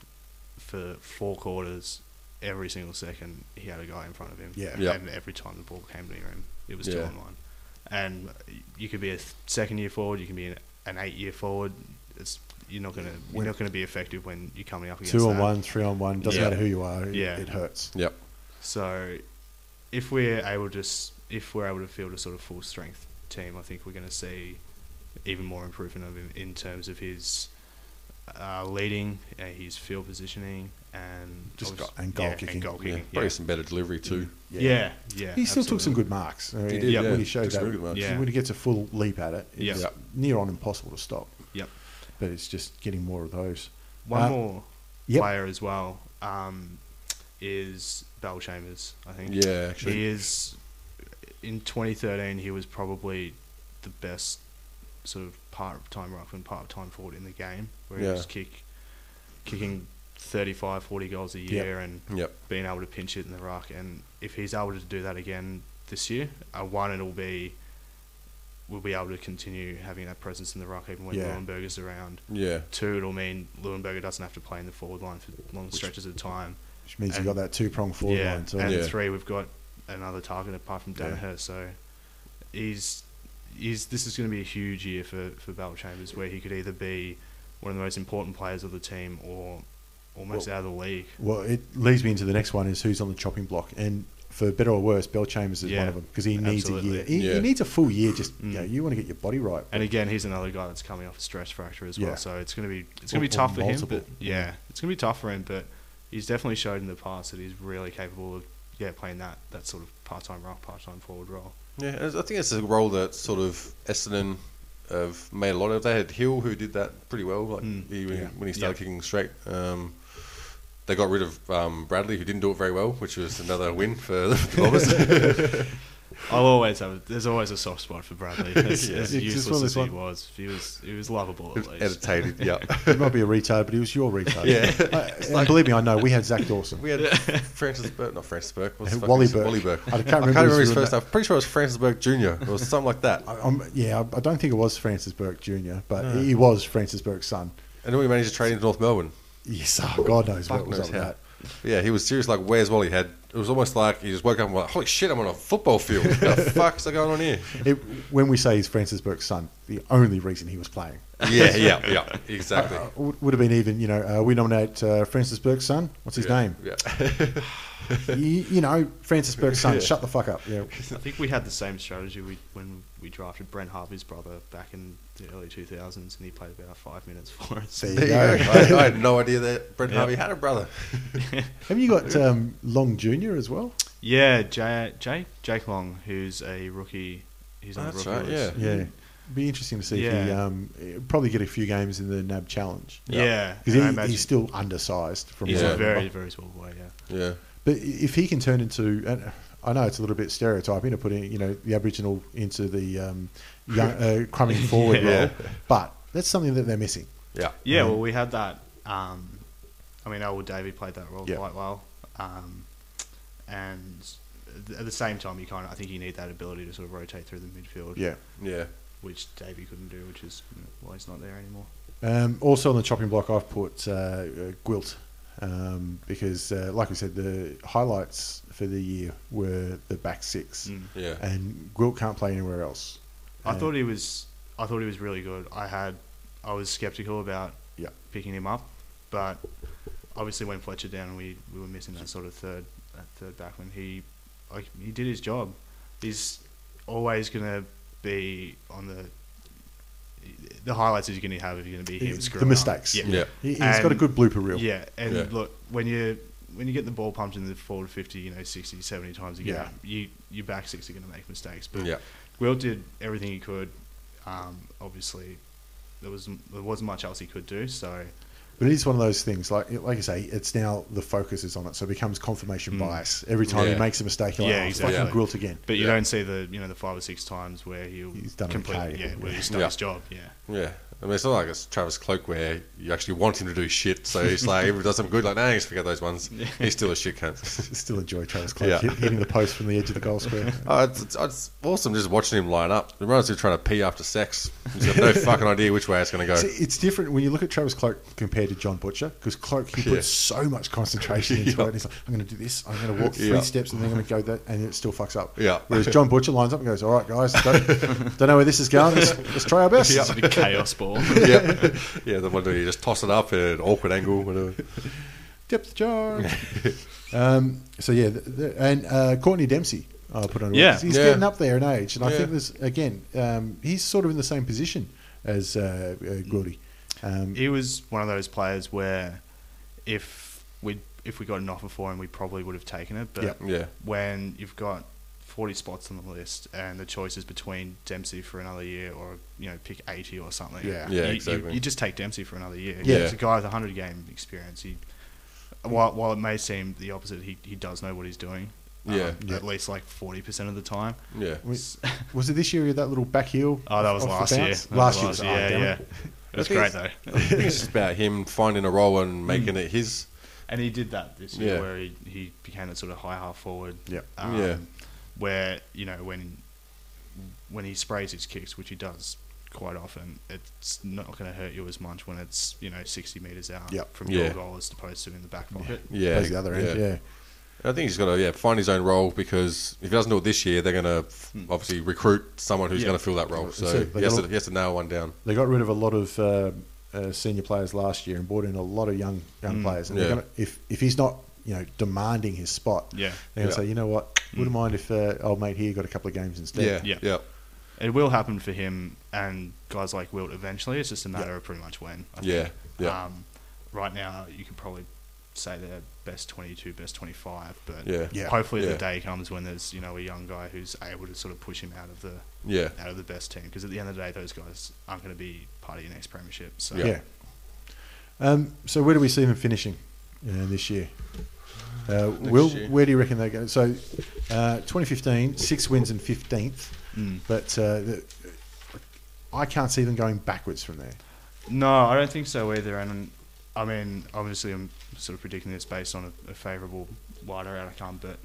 C: for four quarters, every single second he had a guy in front of him.
A: Yeah.
B: Yeah.
C: and every time the ball came near him, it was two
B: Yeah.
C: on one. And you could be a th- second year forward, you can be an, an eight year forward. It's you're not gonna
A: When-
C: you're not gonna be effective when you're coming up against
A: two on
C: that.
A: one, three on one, doesn't
B: Yeah.
A: matter who you are, it,
C: Yeah.
A: it hurts.
B: Yep.
C: So, if we're able to, s- if we're able to field a sort of full strength team, I think we're going to see even more improvement of him in terms of his uh, leading, uh, his field positioning, and
A: Just
C: obvious-
A: go- and goal
C: yeah,
A: kicking.
C: And goal
B: Yeah.
C: kicking. Yeah,
B: Probably some better delivery, too.
C: yeah. yeah,
A: He still took some
C: absolutely.
A: good marks. I
B: He
A: mean,
B: did, yeah.
A: When he showed
B: Took some
A: that,
B: really good marks.
C: Yeah.
A: when he gets a full leap at it,
C: Yeah.
A: it's
B: Yeah.
A: near on impossible to stop.
C: Yep.
A: But it's just getting more of those.
C: One
A: Uh,
C: more
A: yep.
C: player as well um, is Bell Chambers. I think.
B: Yeah, actually.
C: He is in 2013. He was probably the best sort of part-time ruckman, part-time forward in the game, where
B: Yeah.
C: he was kick, kicking 35, 40 goals a year and
B: Yep.
C: being able to pinch it in the ruck. And if he's able to do that again this year, I one it'll be we'll be able to continue having that presence in the ruck even when
A: Yeah.
C: Leuenberger's around.
B: Yeah.
C: Two, it'll mean Leuenberger doesn't have to play in the forward line for long stretches of time.
A: which means you've
C: And-
A: got that two prong forward
C: yeah,
A: line. So
C: and
B: Yeah.
C: three, we've got another target apart from
A: Yeah.
C: Danaher. So he's he's this is going to be a huge year for for Battle Chambers, where he could either be one of the most important players of the team or almost out of the league.
A: Well, it leads me into the next one is who's on the chopping block, and for better or worse, Bell Chambers is
C: Yeah,
A: one of them because he needs a year.
C: absolutely.
A: He, he
B: Yeah.
A: needs a full year. Just
C: Mm.
A: you know, you want to get your body right.
C: And again, he's another guy that's coming off a stress fracture as
A: Yeah.
C: well. So it's going to be it's
A: Or-
C: going to be
A: or
C: tough for him.
A: multiple.
C: But yeah, it's going to be tough for him. But he's definitely showed in the past that he's really capable of yeah playing that that sort of part time rock, part time forward role.
B: Yeah, and I think that's a role that sort of Essendon have made a lot of. They had Hill who did that pretty well, like
C: Mm.
B: he, when,
A: Yeah.
B: when he started
C: Yeah.
B: kicking straight. Um, they got rid of um, Bradley, who didn't do it very well, which was another win for the Bombers.
C: I'll always have. There's always a soft spot for Bradley. As,
B: Yeah.
A: It's just
C: as
A: one
C: useless
A: of
C: as
A: those
C: he was, he was he was lovable at least.
B: Entertained, yeah.
A: He might be a retard, but he was your retard.
B: Yeah.
A: I- and believe me, I know. We had Zach Dawson.
B: We had Francis Burke, not Francis Burke. what's his fucking-
A: Wally Burke.
B: Wally Burke.
A: I can't
B: I
A: remember,
B: can't remember
A: his
B: his
A: real
B: first name. I'm pretty sure it was Francis Burke Jr. or something like that.
A: I, I'm, yeah, I, I don't think it was Francis Burke Jr., but
B: No.
A: he was Francis Burke's son.
B: And then we managed to trade into North Melbourne.
A: Yes, oh, God knows
B: Fuck
A: what was
B: knows
A: up with
B: how.
A: that.
B: Yeah, he was serious. Like, where's Wally? Had it was almost like he just woke up and was like, "Holy shit, I'm on a football field. What the fuck's going on here?"
A: It, when we say he's Francis Burke's son, the only reason he was playing
B: Yeah, yeah, yeah, exactly.
A: Uh, would would have been even. You know, uh, we nominate uh, Francis Burke's son. What's his
B: Yeah,
A: name?
B: Yeah,
A: you, you know, Francis Burke's son. Shut the fuck up. Yeah.
C: I think we had the same strategy we, when we drafted Brent Harvey's brother back in the early 2000s, and he played about five minutes for us.
A: There you
B: there you
A: go.
B: go. I, I had no idea that Brent
C: Yeah.
B: Harvey had a brother.
A: Have you got um, Long Junior as well?
C: yeah, Jay, Jay Jake Long, who's a rookie. He's on
B: Oh, That's
C: the rookie
B: right,
C: list.
B: yeah.
A: Be interesting to see if he
C: Yeah.
A: um, he'll probably get a few games in the NAB Challenge
C: yeah.
A: because
C: and I
A: he,
C: imagine
A: he's still undersized from
C: he's
A: what I
B: Yeah.
C: a very
A: remember.
C: very small boy. Yeah.
B: Yeah,
A: But i- if he can turn into, and I know it's a little bit stereotyping to put in, you know, the Aboriginal into the um, young, uh, crumbing forward
C: Yeah.
A: role, but that's something that they're missing.
B: yeah,
C: Yeah,
A: Um,
C: well, we had that. Um, I mean, Elwood Davey played that role
A: Yeah.
C: quite well, um, and th- at the same time, you kind of I think you need that ability to sort of rotate through the midfield,
A: Yeah.
B: yeah.
C: which Davey couldn't do, which is you know, why he's not there anymore.
A: Um, also on the chopping block, I've put uh, uh, Gwilt um, because, uh, like we said, the highlights for the year were the back six,
C: Mm.
B: Yeah.
A: and Gwilt can't play anywhere else.
C: I
A: Uh,
C: thought he was, I thought he was really good. I had, I was skeptical about
A: Yeah.
C: picking him up, but obviously when Fletcher down, we, we were missing that sort of third, that third backman. He, like, he did his job. He's always gonna be on the, the highlights he's gonna have. Are gonna be him
A: The
C: screwing up.
A: mistakes.
C: Yeah.
B: Yeah.
A: He, he's got a
C: And-
A: good blooper reel.
C: Yeah, and
B: Yeah.
C: look, when you when you get the ball pumped in the forward 50, you know, 60, 70 times a game,
A: Yeah.
C: you, your back six are going to make mistakes. But
B: Yeah.
C: Will did everything he could. Um, obviously, there, was, there wasn't much else he could do. So,
A: But it is one of those things, like like I say, it's now the focus is on it, so it becomes confirmation
C: Mm.
A: bias. Every time
B: Yeah.
A: he makes a mistake, you're like,
C: Yeah,
A: oh,
C: exactly.
A: fucking Gwilt again.
C: But you
B: Yeah.
C: don't see the, you know, the five or six times where he'll
A: He's done
C: complete,
A: okay.
C: yeah, where he's done
B: Yeah.
C: his job. Yeah.
B: Yeah, I mean, it's not like it's Travis Cloak where you actually want him to do shit. So it's like if it does something good, like nah, just forget those ones. He's still a shit cunt.
A: Still enjoy Travis Clark
B: Yeah.
A: hit- hitting the post from the edge of the goal square.
B: Oh, it's, it's, it's awesome just watching him line up. It reminds me of trying to pee after sex. He's got no fucking idea which way it's going to go.
A: See, it's different when you look at Travis Clark compared to John Butcher because Clark he puts
B: Yeah.
A: so much concentration into
B: Yeah.
A: it. And he's like, I'm going to do this. I'm going to walk three
B: Yeah.
A: steps and then I'm going to go that, and it still fucks up.
B: Yeah.
A: Whereas John Butcher lines up and goes, "All right, guys, don't, don't know where this is going. Let's, let's try our best."
C: It's a big chaos ball.
B: yeah, yeah. The one where you just toss it up at an awkward angle, whatever.
A: Depth charge. um, so yeah, the, the, and uh, Courtney Dempsey, I'll put on.
C: Yeah.
A: he's
B: Yeah.
A: getting up there in age, and I
B: Yeah.
A: think there's again, um, he's sort of in the same position as uh, uh, Gordy. Um,
C: he was one of those players where if we if we got an offer for him, we probably would have taken it. But
A: Yep.
B: Yeah,
C: when you've got 40 spots on the list and the choice is between Dempsey for another year or you know pick 80 or something
A: Yeah.
B: Yeah,
C: you- you,
B: exactly.
C: you just take Dempsey for another year
A: Yeah.
C: he's a guy with 100 game experience he while, while it may seem the opposite he, he does know what he's doing um,
B: Yeah.
A: Yeah.
C: at least like 40% of the time
B: yeah.
A: we- was it this year he had that little back heel?
C: oh that was
A: off
C: last
A: the
C: year
A: bounce?
C: That
A: Last,
C: was
A: year, was, oh,
C: yeah yeah it was
B: The thing
C: great
B: is-
C: though
B: I think it's just about him finding a role and making it his.
C: And he did that this year,
B: Yeah.
C: where Um, he, he became that sort of high half forward.
A: Yep.
B: Yeah.
C: Where you know when when he sprays his kicks, which he does quite often, it's not going to hurt you as much when it's you know 60 meters out
A: Yep.
C: from your
B: Yeah.
C: goal as opposed to in the back pocket.
B: Yeah,
A: Plays the other end. Yeah.
B: I think he's got to yeah find his own role because if he doesn't do it this year, they're going to obviously recruit someone who's
C: Yeah.
B: going to fill that role.
A: Hmm. That's
B: So
A: it. They
B: he has,
A: gotta-
B: to, he has to nail one down.
A: They got rid of a lot of um uh, senior players last year and brought in a lot of young young
C: Mm.
A: players. And they're
B: Yeah.
A: gonna, if if he's not you know demanding his spot,
C: Yeah. Mm.
A: they're gonna
B: Yeah.
A: say you know what, wouldn't mind if uh, old mate here got a couple of games instead.
B: yeah,
C: Yeah.
B: yeah.
C: It will happen for him and guys like Wilt eventually. It's just a matter of pretty much when. I
B: Yeah,
C: think.
B: yeah.
C: Um, right now, you could probably say they're best 22, best 25, but
B: Yeah.
A: Yeah.
C: hopefully
B: Yeah.
C: the day comes when there's you know a young guy who's able to sort of push him out of the
B: yeah.
C: out of the best team because at the end of the day, those guys aren't going to be part of your next premiership. So
A: Yeah. Um, so where do we see them finishing uh, this year? Uh, Will,
B: year.
A: where do you reckon they go? So, uh, 2015, six wins and 15th,
B: Hmm.
C: Mm.
A: but uh, the, I can't see them going backwards from there.
C: No, I don't think so either. And I mean, obviously, I'm sort of predicting this based on a, a favourable wider outcome, but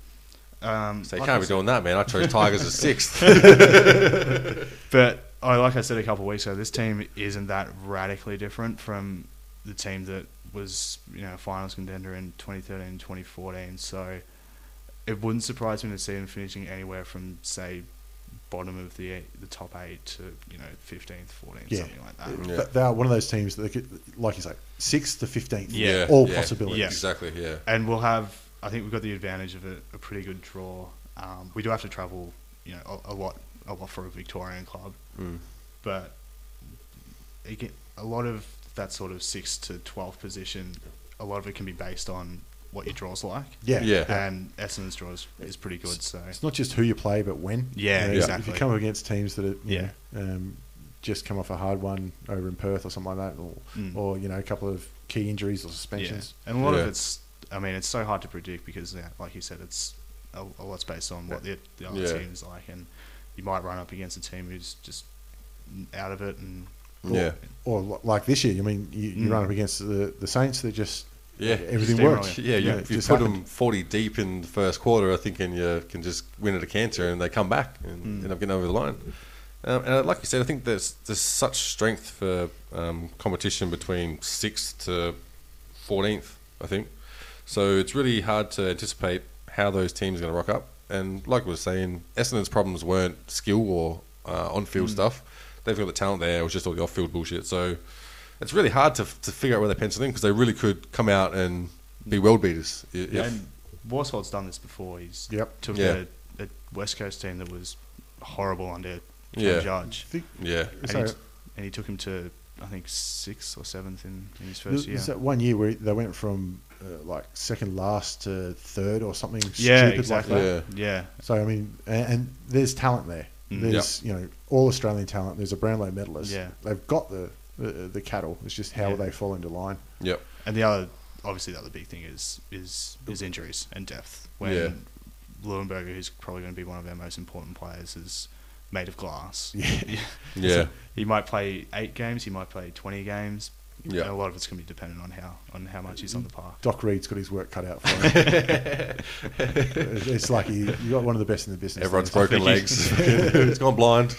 C: um,
B: So you
C: like
B: can't
C: I
B: be
C: said-
B: doing that, man. I chose Tigers as sixth.
C: But I, like I said a couple of weeks ago, this team isn't that radically different from the team that was you know a finals contender in 2013 and 2014. So it wouldn't surprise me to see them finishing anywhere from say bottom of the eight, the top eight to you know 15th, 14th,
A: Yeah.
C: something like that.
B: Yeah.
A: But they are one of those teams that, they could, like you say, sixth to 15th,
B: Yeah.
A: all
B: Yeah.
A: possibilities.
C: Yeah.
B: Exactly. Yeah.
C: and we'll have. I think we've got the advantage of a, a pretty good draw. Um, we do have to travel, you know, a, a lot, a lot for a Victorian club,
A: Hmm.
B: Mm.
C: but it get, a lot of that sort of six to twelve position, a lot of it can be based on what your draws like,
A: Yeah.
B: Yeah.
C: and Essendon's draw is, is pretty good. So
A: It's not just who you play, but when. You know,
C: Yeah,
A: if- If
C: exactly.
A: you come up against teams that are, you
C: Yeah.
A: know, um, just come off a hard one over in Perth or something like that, or,
C: Mm.
A: or you know, a couple of key injuries or
C: yeah,
A: suspensions.
C: and a lot
B: Yeah.
C: of it's, I mean, it's so hard to predict because, yeah, like you said, it's a, a lot's based on what the, the other
B: Yeah.
C: team's like, and you might run up against a team who's just out of it and
B: Yeah.
A: or li- like this year. I mean, you, you
C: Mm.
A: run up against the the Saints. They just
B: Hmm. Yeah.
A: everything
C: Steamroll
A: worked.
C: you.
B: Yeah, you,
A: it
B: you
A: just
B: put
A: happened.
B: them 40 deep in the first quarter, I think, and you can just win at a canter, and they come back and
C: Hmm.
B: end up getting over the line. Um, and like you said, I think there's there's such strength for um, competition between sixth to 14th, I think. So it's really hard to anticipate how those teams are going to rock up. And like we were saying, Essendon's problems weren't skill or uh, on-field stuff. They've got the talent there. It was just all the off-field bullshit. So it's really hard to, to figure out where they pencil in because they really could come out and be world beaters. i- If,
C: and Worsfold's done this before. He's
A: Yep.
C: took
B: Yeah.
C: a, a West Coast team that was horrible under Ken
B: Yeah.
C: Judge,
A: think
B: yeah,
C: and,
A: So-
C: he, t- and he took him to I think sixth or seventh in, in his
A: there's
C: first year.
A: there's that one year where they went from uh, like second last to third or something
C: Yeah,
A: stupid
C: exactly.
A: like that.
B: yeah,
C: Yeah,
A: So I mean, and, and there's talent there.
B: Hmm.
C: Mm.
A: There's you know all Australian talent. There's a Brownlow medalist.
C: Yeah.
A: they've got the the, the cattle. It's just how
C: Yeah.
A: they fall into line.
B: yep,
C: and the other obviously the other big thing is is is injuries and depth. When
B: Yeah.
C: Leuenberger, who's probably going to be one of our most important players, is made of glass.
A: Yeah.
B: yeah,
C: He might play eight games. He might play twenty games.
B: Yeah.
C: And a lot of it's going to be dependent on how on how much he's on the park.
A: Doc Reed's got his work cut out for him. it's it's like he, you got one of the best in the business.
B: Everyone's
A: there.
B: broken legs. it's gone blind.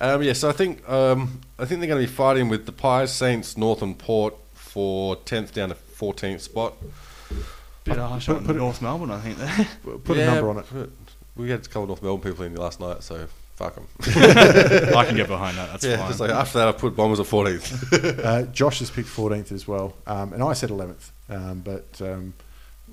B: um, yeah, so I think um, I think they're going to be fighting with the Pies, Saints, North and Port for tenth down to fourteenth spot.
C: Bit harsh
A: put-
C: on
A: put it-
C: North Melbourne, I think. There.
A: Put a
B: Yeah,
A: number on it.
B: put- We had a couple of North Melbourne people in last night, so fuck them.
C: I can get behind that. That's
B: yeah,
C: fine.
B: just like after that, I put Bombers at fourteenth.
A: Uh, Josh has picked 14th as well, um, and I said 11th. Um, but um,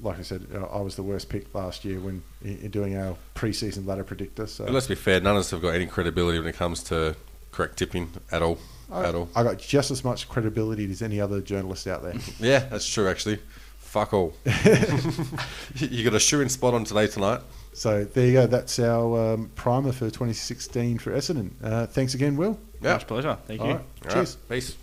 A: like I said, uh, I was the worst pick last year when in, in doing our preseason ladder predictor. So
B: Let's be fair, none of us have got any credibility when it comes to correct tipping at all.
A: I,
B: at all.
A: I got just as much credibility as any other journalist out there.
B: Yeah, that's true. Actually, fuck all. you got a shoe in spot on today tonight.
A: so there you go. That's our um, primer for 2016 for Essendon. Uh, thanks again, Will.
B: Yeah.
C: Much pleasure. Thank
A: All
C: you.
A: right.
B: All right,
A: Cheers.
B: peace.